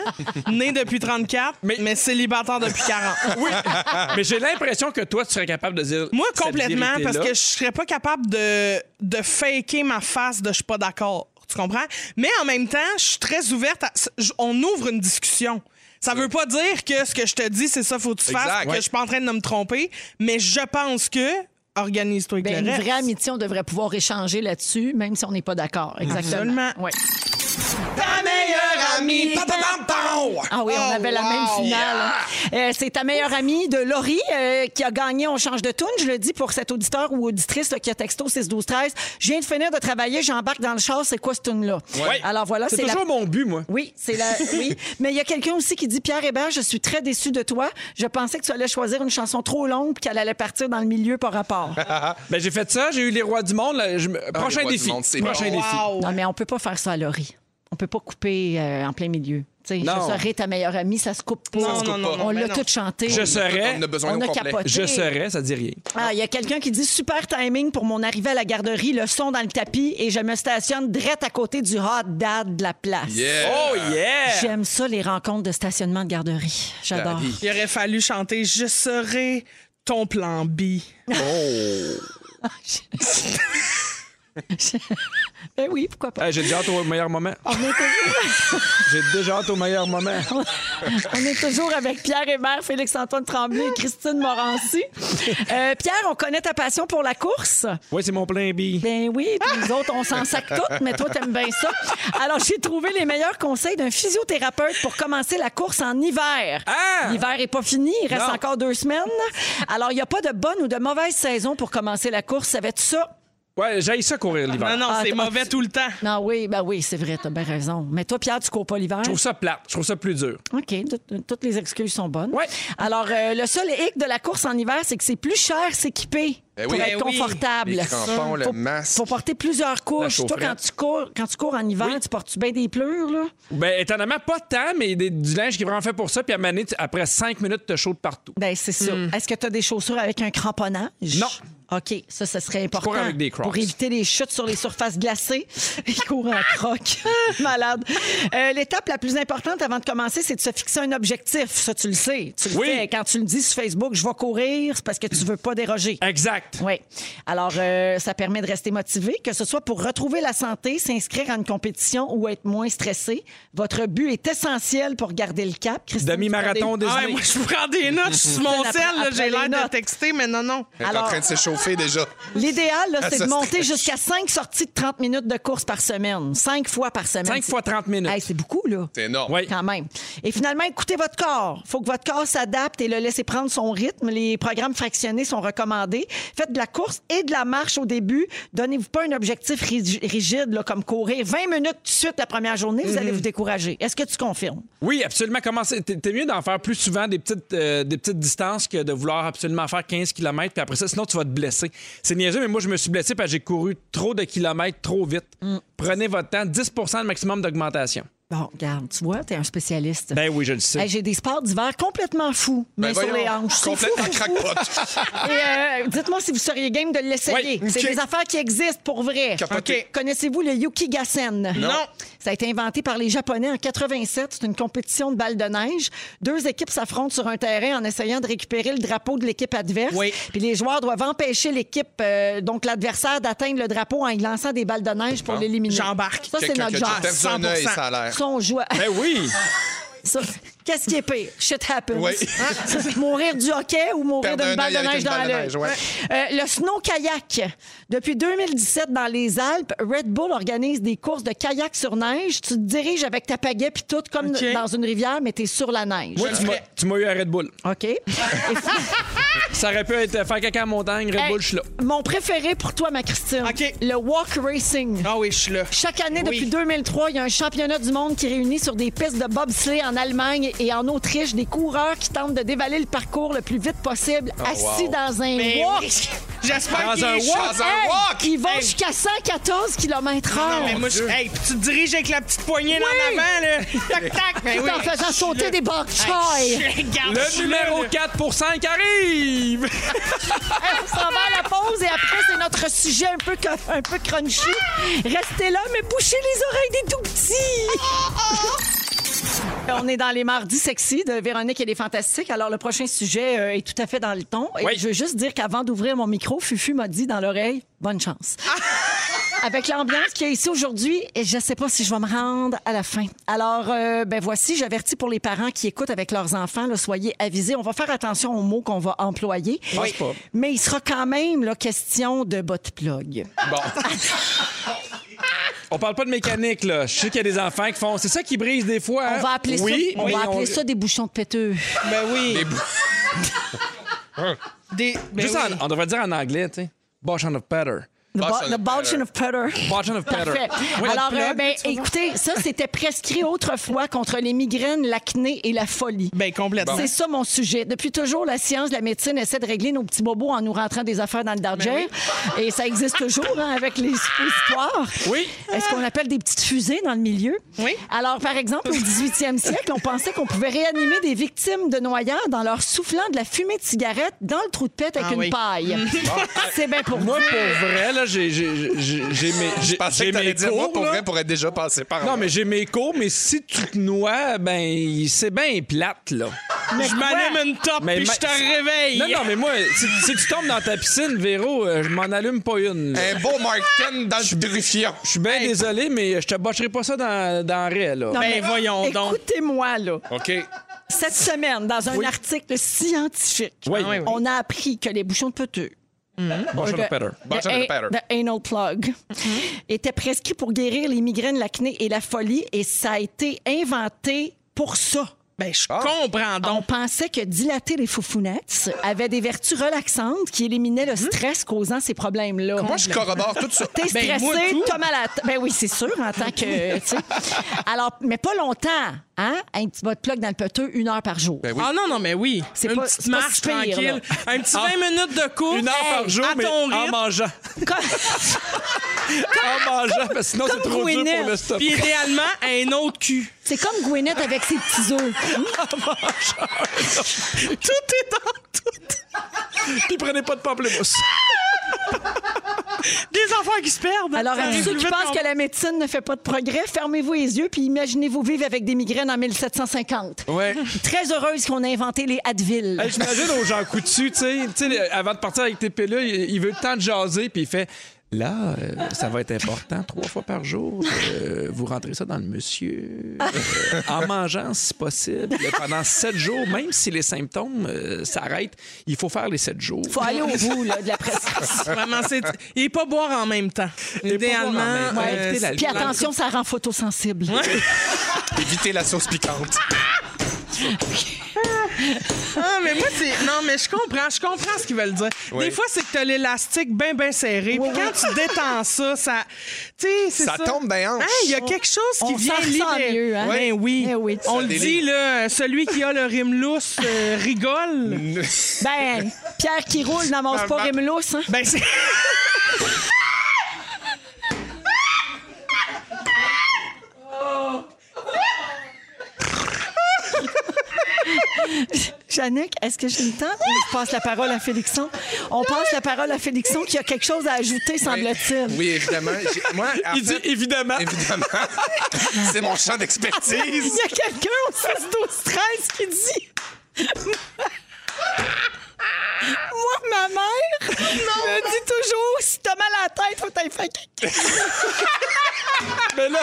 Né depuis 34, mais,
Mais-
célibataire depuis 40.
Oui, mais j'ai l'impression que toi, tu serais capable de dire.
Moi,
cette
complètement, parce
vérité-là.
que je serais pas capable de, de faker ma face de je suis pas d'accord. Tu comprends? Mais en même temps, je suis très ouverte. à- je- on ouvre une discussion. Ça veut pas dire que ce que je te dis, c'est ça, faut que tu
Exact.
fasses, que
Ouais.
je suis pas en train de me tromper, mais je pense que organise-toi avec
Ben,
le
une
reste.
vraie amitié, on devrait pouvoir échanger là-dessus, même si on n'est pas d'accord. Exactement.
Absolument.
Ouais.
Ta meilleure amie!
Pam, pam, pam, pam!
Ah oui, on
Oh,
avait la
wow.
même finale. Euh, c'est ta meilleure amie de Laurie euh, qui a gagné On change de tune. Je le dis pour cet auditeur ou auditrice là, qui a texto 6 12 13. Je viens de finir de travailler, j'embarque dans le char, c'est quoi cette tune là
Ouais.
Alors voilà,
C'est
c'est la
toujours mon but, moi.
Oui, c'est la. Oui. Mais il y a quelqu'un aussi qui dit Pierre Hébert, je suis très déçu de toi. Je pensais que tu allais choisir une chanson trop longue puis qu'elle allait partir dans le milieu par rapport.
Ben, j'ai fait ça, j'ai eu les rois du monde. là, je me-
les
Prochain
rois du
défi.
monde, c'est
Prochain
bon.
défi.
Wow.
Non, mais on peut pas faire ça à Laurie. on peut pas couper euh, en plein milieu. Tu sais, je
Non.
serai ta meilleure amie, ça se coupe pas.
Non,
coupe
non, non,
pas.
non,
on
ben
l'a
non.
tout chanté.
Je serais.
On a besoin
On
au
a
complet.
capoté.
Je serais, ça dit rien.
Ah, il y a quelqu'un qui dit super timing pour mon arrivée à la garderie, le son dans le tapis et je me stationne direct à côté du hot dad de la place.
Yeah.
Oh yeah!
J'aime ça les rencontres de stationnement de garderie. J'adore.
Daddy.
Il aurait fallu chanter Je serai ton plan B.
Ben oui, pourquoi pas.
Hey, J'ai déjà hâte au meilleur moment. J'ai déjà hâte au meilleur moment.
On est toujours avec Pierre Hébert, Félix-Antoine Tremblay et Christine Morancy. Euh, Pierre, on connaît ta passion pour la course.
Oui, c'est mon plein B.
Ben oui, puis nous autres, on s'en sac toutes, mais toi, t'aimes bien ça. Alors, j'ai trouvé les meilleurs conseils d'un physiothérapeute pour commencer la course en hiver.
Ah!
L'hiver est pas fini, il reste
Non.
encore deux semaines. Alors, il n'y a pas de bonne ou de mauvaise saison pour commencer la course. Savais-tu ça?
Ouais, j'ai ça courir l'hiver.
Non, non,
Ah,
c'est
ah,
mauvais
tu-
tout le temps.
Non, oui, ben oui, c'est vrai, t'as bien raison. Mais toi, Pierre, tu cours pas l'hiver?
Je trouve ça plate, je trouve ça plus dur.
OK, tout- toutes les excuses sont bonnes.
Ouais.
Alors, euh, le seul hic de la course en hiver, c'est que c'est plus cher s'équiper
Ben
pour
oui.
être
Ben oui.
confortable.
Les crampons, le
faut,
masque.
faut porter plusieurs couches.
La
Toi, quand
chaufferette.
tu cours, quand tu cours en hiver, tu portes-tu bien des pleurs, là?
Ben, étonnamment, pas tant, mais des- du linge qui est vraiment fait pour ça, puis à maner, après cinq minutes, te chaude partout.
Ben, c'est ça. Est-ce que tu as des chaussures avec un cramponnage?
Hmm. Non.
OK, ça, ça serait important.
cours avec des Crocs.
Pour éviter les chutes sur les surfaces glacées. Il court en croc. Malade. Euh, L'étape la plus importante avant de commencer, c'est de se fixer un objectif. Ça, tu le sais. Tu le
Oui.
fais. Quand tu le dis sur Facebook, je vais courir, c'est parce que tu veux pas déroger.
Exact.
Oui. Alors, euh, ça permet de rester motivé, que ce soit pour retrouver la santé, s'inscrire à une compétition ou être moins stressé. Votre but est essentiel pour garder le cap. Christine, tu prends
Demi-marathon
des-
des
Ah ouais, moi, je prends des notes je suis sur mon
Après-
sel, là,
après
j'ai
les
l'air de
notes.
texter, mais non, non.
Elle est en
Alors-
train de s'échauffer déjà.
L'idéal, là, c'est
ça,
de monter
c'est-
jusqu'à 5 sorties de 30 minutes de course par semaine. 5 fois par semaine.
5
C'est-
fois 30 minutes.
Hey, c'est beaucoup, là.
C'est énorme.
Oui.
Quand même. Et finalement, écoutez votre corps. faut que votre corps s'adapte et le laisser prendre son rythme. Les programmes fractionnés sont recommandés. Faites de la course et de la marche au début. Donnez-vous pas un objectif rig- rigide, là, comme courir 20 minutes tout de suite la première journée. Vous
Mm-hmm.
allez vous décourager. Est-ce que tu confirmes?
Oui, absolument. Commencer. T'es t'es mieux d'en faire plus souvent des petites, euh, des petites distances que de vouloir absolument faire 15 km, puis après ça, sinon tu vas te blesser. C'est niaiseux, mais moi, je me suis blessé parce que j'ai couru trop de kilomètres trop vite.
Mm.
Prenez votre temps, 10 le maximum d'augmentation.
Bon, regarde, tu vois, t'es un spécialiste.
Ben oui, je le sais.
Hey, J'ai des sports d'hiver complètement fous, mais
Ben
sur les
voyons,
hanches. C'est fou,
Complètement
c'est fou. Et,
crackpot.
euh, dites-moi si vous seriez game de l'essayer.
Oui,
C'est
ok.
des affaires qui existent pour vrai.
Capoté.
Ok. Connaissez-vous le Yukigassen?
Non.
Ça a été inventé par les Japonais en 87. C'est une compétition de balles de neige. Deux équipes s'affrontent sur un terrain en essayant de récupérer le drapeau de l'équipe adverse.
Oui.
Puis les joueurs doivent empêcher l'équipe, euh, donc l'adversaire, d'atteindre le drapeau en y lançant des balles de neige pour
Bon.
l'éliminer.
J'embarque.
Ça, c'est
Quelqu'un
notre
qui a
genre.
déjà perdu un œil,
100%.
ça a l'air.
Ça, on joue à-
Ben oui!
ça, Qu'est-ce qui est pire? Shit happens. Hein?
Oui.
mourir du hockey ou mourir
Perdre
d'une
un
balle
œil
de
avec
neige
une
dans
balle de
l'œil.
neige, ouais.
Euh, le snow kayak. Depuis 2017, dans les Alpes, Red Bull organise des courses de kayak sur neige. Tu te diriges avec ta pagaie puis tout comme
OK.
dans une rivière, mais t'es sur la neige.
Moi, tu m'as- tu m'as eu à Red Bull.
OK. Et
Ça aurait pu être euh, faire caca en montagne, Red Bull, je suis là.
Ben, mon préféré pour toi, ma Christine,
OK.
le walk racing.
Ah oui, je suis là.
Chaque année
Oui.
depuis 2003, il y a un championnat du monde qui réunit sur des pistes de bobsleigh en Allemagne et en Autriche des coureurs qui tentent de dévaler le parcours le plus vite possible, assis dans un
Oh, Mais
walk.
oui. J'espère
Dans
qu'il
un
est
walk.
chaud.
Dans un walk.
Ils vont
Hey.
jusqu'à 114 km/h.
Non, mais moi, je... Hey, puis tu te diriges avec la petite poignée là en avant, là. Tac, tac. Ben
Tout
oui.
en faisant sauter des bok choy. Hey,
Le numéro 4 pour 5 arrive!
on s'en va à la pause et après, c'est notre sujet un peu, co- un peu crunchy. Restez là, mais bouchez les oreilles des tout petits. On est dans les mardis sexy de Véronique et les Fantastiques. Alors, le prochain sujet euh, est tout à fait dans le ton. Et
Oui.
je veux juste dire qu'avant d'ouvrir mon micro, Fufu m'a dit dans l'oreille Bonne chance. Avec l'ambiance qu'il y a ici aujourd'hui, et je ne sais pas si je vais me rendre à la fin. Alors, euh, ben voici, j'avertis pour les parents qui écoutent avec leurs enfants, là, soyez avisés. On va faire attention aux mots qu'on va employer.
pense pas.
Mais il sera quand même la question de bot plug.
Bon. On parle pas de mécanique, là. Je sais qu'il y a des enfants qui font. C'est ça qui brise des fois. hein?
On va appeler,
Oui,
ça, on
mais
va appeler ça des bouchons de péteux.
Ben oui. Des... ben
Juste
oui.
Ben
en- on devrait dire en anglais, tu sais. Bush on a pattern.
The,
Botson
bo- the
of
Botchin of Petter.
Fortune of Peter.
Parfait.
Oui,
Alors,
notre
euh, ben, écoutez, ça, c'était prescrit autrefois contre les migraines, l'acné et la folie.
Ben, complètement.
C'est ça mon sujet. Depuis toujours, la science, la médecine essaie de régler nos petits bobos en nous rentrant des affaires dans le darger.
Ben
Et ça existe toujours hein, avec les suppositoires.
Oui.
Est-ce qu'on appelle des petites fusées dans le milieu?
Oui.
Alors, par exemple, au 18e siècle, on pensait qu'on pouvait réanimer des victimes de noyades en leur soufflant de la fumée de cigarette dans le trou de pète avec
Ah
une
oui.
paille. C'est bien pour
Moi,
dire.
pour vrai, là, j'ai j'ai- j'ai- j'ai mes, j'ai-
Je pensais
j'ai
que t'allais
mes
dire
cours.
moi pour
là.
vrai pourrait déjà passer par
Non,
là.
mais j'ai mes cours, mais si tu te noies, ben, c'est bien plate, là.
Je m'allume une top
Mais
puis
ma-
je te réveille.
Non, non, mais moi, si, si tu tombes dans ta piscine, Véro, euh, je m'en allume pas une. là.
Un beau Mark 10 dans le purifiant.
Je suis bien désolé, mais je te botcherai pas ça dans, dans le raie, là.
Non,
Ben,
mais
voyons donc. Oh.
Écoutez-moi, là.
OK.
Cette semaine, dans un article scientifique,
Oui.
Ah oui, oui.
on a appris que les bouchons de poteux,
Botching
le-
of Peter.
Botching of Peter.
the anal plug,
Mm-hmm.
étaient prescrits pour guérir les migraines, l'acné et la folie, et ça a été inventé pour ça.
Ben, je comprends
On
donc.
pensait que dilater les foufounettes avait des vertus relaxantes qui éliminaient le
Mm-hmm.
stress causant ces problèmes-là.
Moi, je corrobore tout ça.
ben, T'es
Ben,
stressé,
moi, tout.
t'as mal à la t- Ben oui, c'est sûr, en tant que. tu sais. Alors, mais pas longtemps, hein? Un petit bas de plug dans le poteux, une heure par jour.
Ben oui.
Ah non, non, mais oui.
C'est
une
pas-
petite
c'est pas
marche
si pire,
tranquille. Un petit 20 minutes de course.
Ah. Une heure par
Hey,
jour,
à
mais
ton
en
rythme.
mangeant. en mangeant, parce que sinon, c'est trop dur
Gwyneth.
pour le stop.
Puis idéalement, un autre cul.
C'est comme Gwyneth avec ses petits os.
Tout est dans tout.
Puis prenez pas de pamplemousse.
Des enfants qui se perdent.
Alors,
Ça
à tous
arrive
ceux
plus
qui
vite
pensent
qu'on-
que la médecine ne fait pas de progrès, fermez-vous les yeux puis imaginez-vous vivre avec des migraines en 1750.
Ouais.
Très heureuse qu'on a inventé les Advil.
Hey, J'imagine aux gens coutus, tu sais, tu sais, les- avant de partir avec tes pilules, il, il veut le temps de jaser, puis il fait Là, euh, ça va être important, trois fois par jour, euh, vous rentrez ça dans le monsieur, euh, en mangeant si possible, pendant sept jours, même si les symptômes euh, s'arrêtent, il faut faire les sept jours.
Faut aller au bout là, de la prescription.
Vraiment, c'est. Et pas boire en même temps. Idéalement.
boire en même temps.
euh,
Ouais, éviter la-
Puis attention, ça rend photosensible.
Évitez Ben, la sauce piquante.
Ah, mais moi, c'est. Non, mais je comprends. Je comprends ce qu'ils veulent dire.
Oui.
Des fois, c'est que t'as l'élastique bien, bien serré. Puis quand tu détends ça, ça. Tu sais, c'est ça.
Ça tombe des hanches.
Hein, Il y a quelque chose qui
On
vient
s'en ressent
libérer.
mieux, hein?
Ben oui.
Eh oui.
On
Ça
le dit,
délire.
là, celui qui a le rime lousse euh, rigole.
Ben, Pierre qui roule n'amasse pas Rémulous. Hein?
Ben, c'est.
Jannick, est-ce que j'ai le temps ou je passe la parole à Félixon? On passe la parole à Félixon qui a quelque chose à ajouter, semble-t-il.
Oui, évidemment. J'ai- Moi, en
Il dit
fait,
évidemment.
évidemment. C'est mon champ
Il
d'expertise.
y a quelqu'un au 6 12 13 qui dit Moi, ma mère me dit toujours si t'as mal à la tête, faut t'aller faire caca.
Mais là,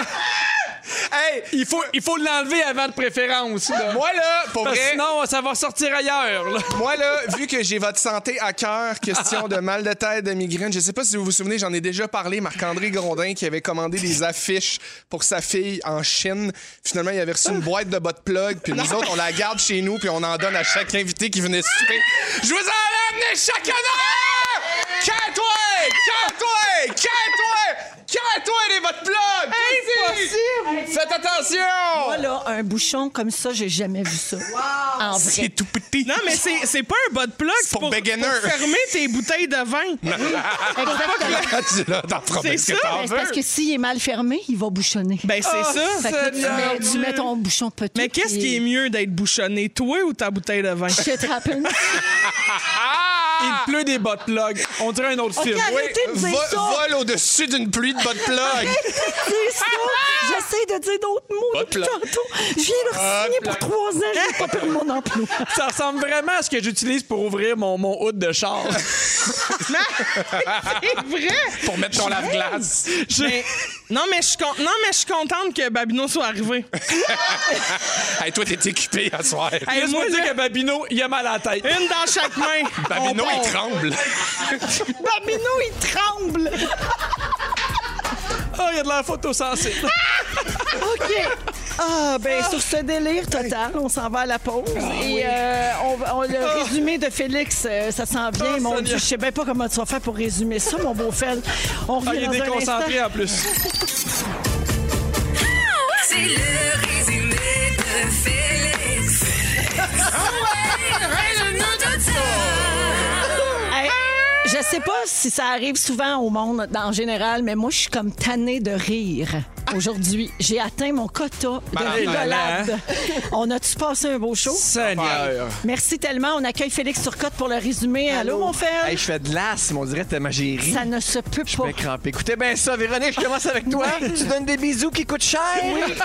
Hey,
il faut il faut l'enlever avant de préférence. là.
moi là, pour
Parce que
vrai,
sinon, ça va sortir ailleurs. là.
moi là, vu que j'ai votre santé à cœur, question de mal de tête, de migraine, je sais pas si vous vous souvenez, j'en ai déjà parlé, Marc-André Grondin qui avait commandé des affiches pour sa fille en Chine. Finalement, il avait reçu une boîte de bas de plug, puis nous autres, on la garde chez nous, puis on en donne à chaque invité qui venait souper. Je vous en ai amené chacun un! Calme-toi! Calme-toi! Calme-toi! Calme-toi les bottes plugs! Impossible! Faites attention!
Voilà, un bouchon comme ça, j'ai jamais vu ça. En vrai.
C'est tout petit.
Non, mais c'est c'est pas un bas de plug.
pour beginner.
pour fermer tes bouteilles de vin.
Exactement.
tu l'as dans le
C'est
problème que
ça,
t'en
Ben, c'est
veux.
parce que s'il est mal fermé, il va bouchonner. Ah.
Ben, c'est ça.
Fait que là, tu, mets, tu mets ton bouchon de petit.
Mais qu'est-ce qui est mieux d'être bouchonné, toi ou ta bouteille de vin?
Shit happens.
Il pleut des bottes plugs. On dirait un autre
Ok,
film.
arrêtez de dire
Vo-
ça.
Vole au-dessus d'une pluie de bottes plug.
C'est ça. J'essaie de dire d'autres mots depuis
là.
tantôt. Je viens leur signer pour trois ans, je n'ai pas perdu mon emploi.
Ça ressemble vraiment à ce que j'utilise pour ouvrir mon, mon hood de char.
C'est vrai!
pour mettre ton lave-glace.
Mais- non, mais je suis con- non, mais je suis contente que Babino soit arrivé.
hey, toi, t'es occupé à soir.
Hey,
Laisse-moi
moi,
dire
là,
que Babino, il a mal à la tête.
une dans chaque main.
Babino,
On
il
part.
tremble.
Babino, il tremble.
Ah,
Ah,
Oh, il y a de la photo sensible.
OK. Ah, ben sur ce délire total, on s'en va à la pause.
Ah
Et euh, on, va- on- le résumé de Félix, euh, ça sent bien,
Ah,
mon
Sonia.
Dieu. Je sais bien pas comment tu vas faire pour résumer ça, mon beau Fel. On
Ah, il
revient
est
dans un instant.
déconcentré en plus.
C'est le résumé de Félix.
Hey, je sais pas si ça arrive souvent au monde en général, mais moi, je suis comme tannée de rire. Aujourd'hui, j'ai atteint mon quota de
Ben,
rigolade.
hein?
On a-tu passé un beau show?
Seigneur.
Merci tellement. On accueille Félix Turcotte pour le résumé. Allô, mon Fel?
Hey, je fais de l'asthme, on dirait tellement j'ai ri.
Ça ne se peut
Je
pas.
vais cramper. Écoutez bien Eh ben ça, Véronique, je commence avec toi. Tu donnes des bisous qui coûtent cher.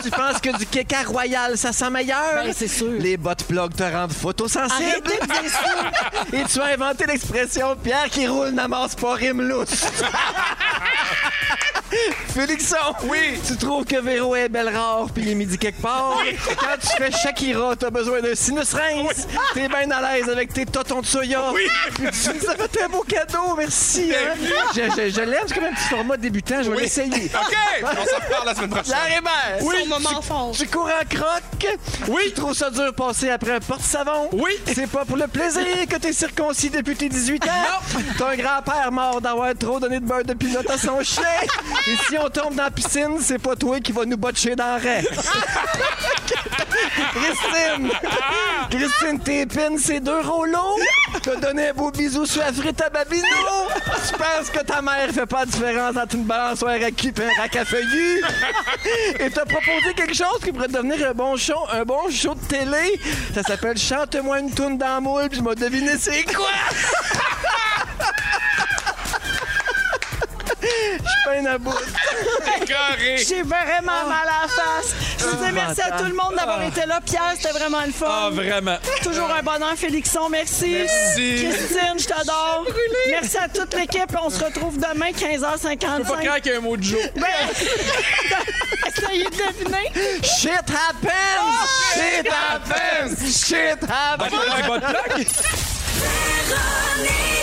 Tu penses que du kéka royal, ça sent meilleur.
Ben, c'est sûr.
Les bottes plugs te rendent photosensible.
Arrêtez de dire ça.
Et tu as inventé l'expression Pierre qui roule n'amasse pas rime lousse. Félixon, oui, tu trouves que Véro est belle rare puis il est midi quelque part. Quand tu fais Shakira, t'as besoin d'un sinus rince. T'es bien à l'aise avec tes totons de soya. Oui. ça fait un beau cadeau, merci. hein. Je, je, je l'aime, c'est comme un petit format débutant, je vais l'essayer.
OK! On s'en reparle la semaine prochaine.
Larry Bear,
Son moment fort.
tu cours en croque. Oui. Tu trouves ça dur passer après un porte-savon.
Oui.
C'est pas pour le plaisir que t'es circoncis depuis tes 18 ans. Ton grand-père mort d'avoir trop donné de beurre de pilote à son chien. Et si on tombe dans la piscine, c'est pas toi qui va nous botcher dans le raie. Christine! Christine, tes épines, c'est deux rouleaux. T'as donné un beau bisou sur la frite à Babino. Tu penses que ta mère fait pas la différence entre une balançoire à cul et un rack à feuillus. Et t'as proposé quelque chose qui pourrait devenir un bon show, un bon show de télé. Ça s'appelle Chante-moi une toune dans la moule, puis je m'as deviné c'est quoi. Je peine à bout.
Carré.
J'ai
Ah.
vraiment mal à la face. Je vous dis merci à tout le monde d'avoir été là. Pierre, c'était vraiment le fun.
Ah, vraiment.
Toujours un bonheur, Félixon. Merci.
Merci.
Christine, je t'adore. Merci à toute l'équipe. On se retrouve demain, 15h55.
Je peux pas croire qu'il y a un mot de jour.
Ben,
Essayez de deviner.
Shit happens! Shit happens! Shit happens!
Ah, je peux pas dire votre plaque?
Véronique.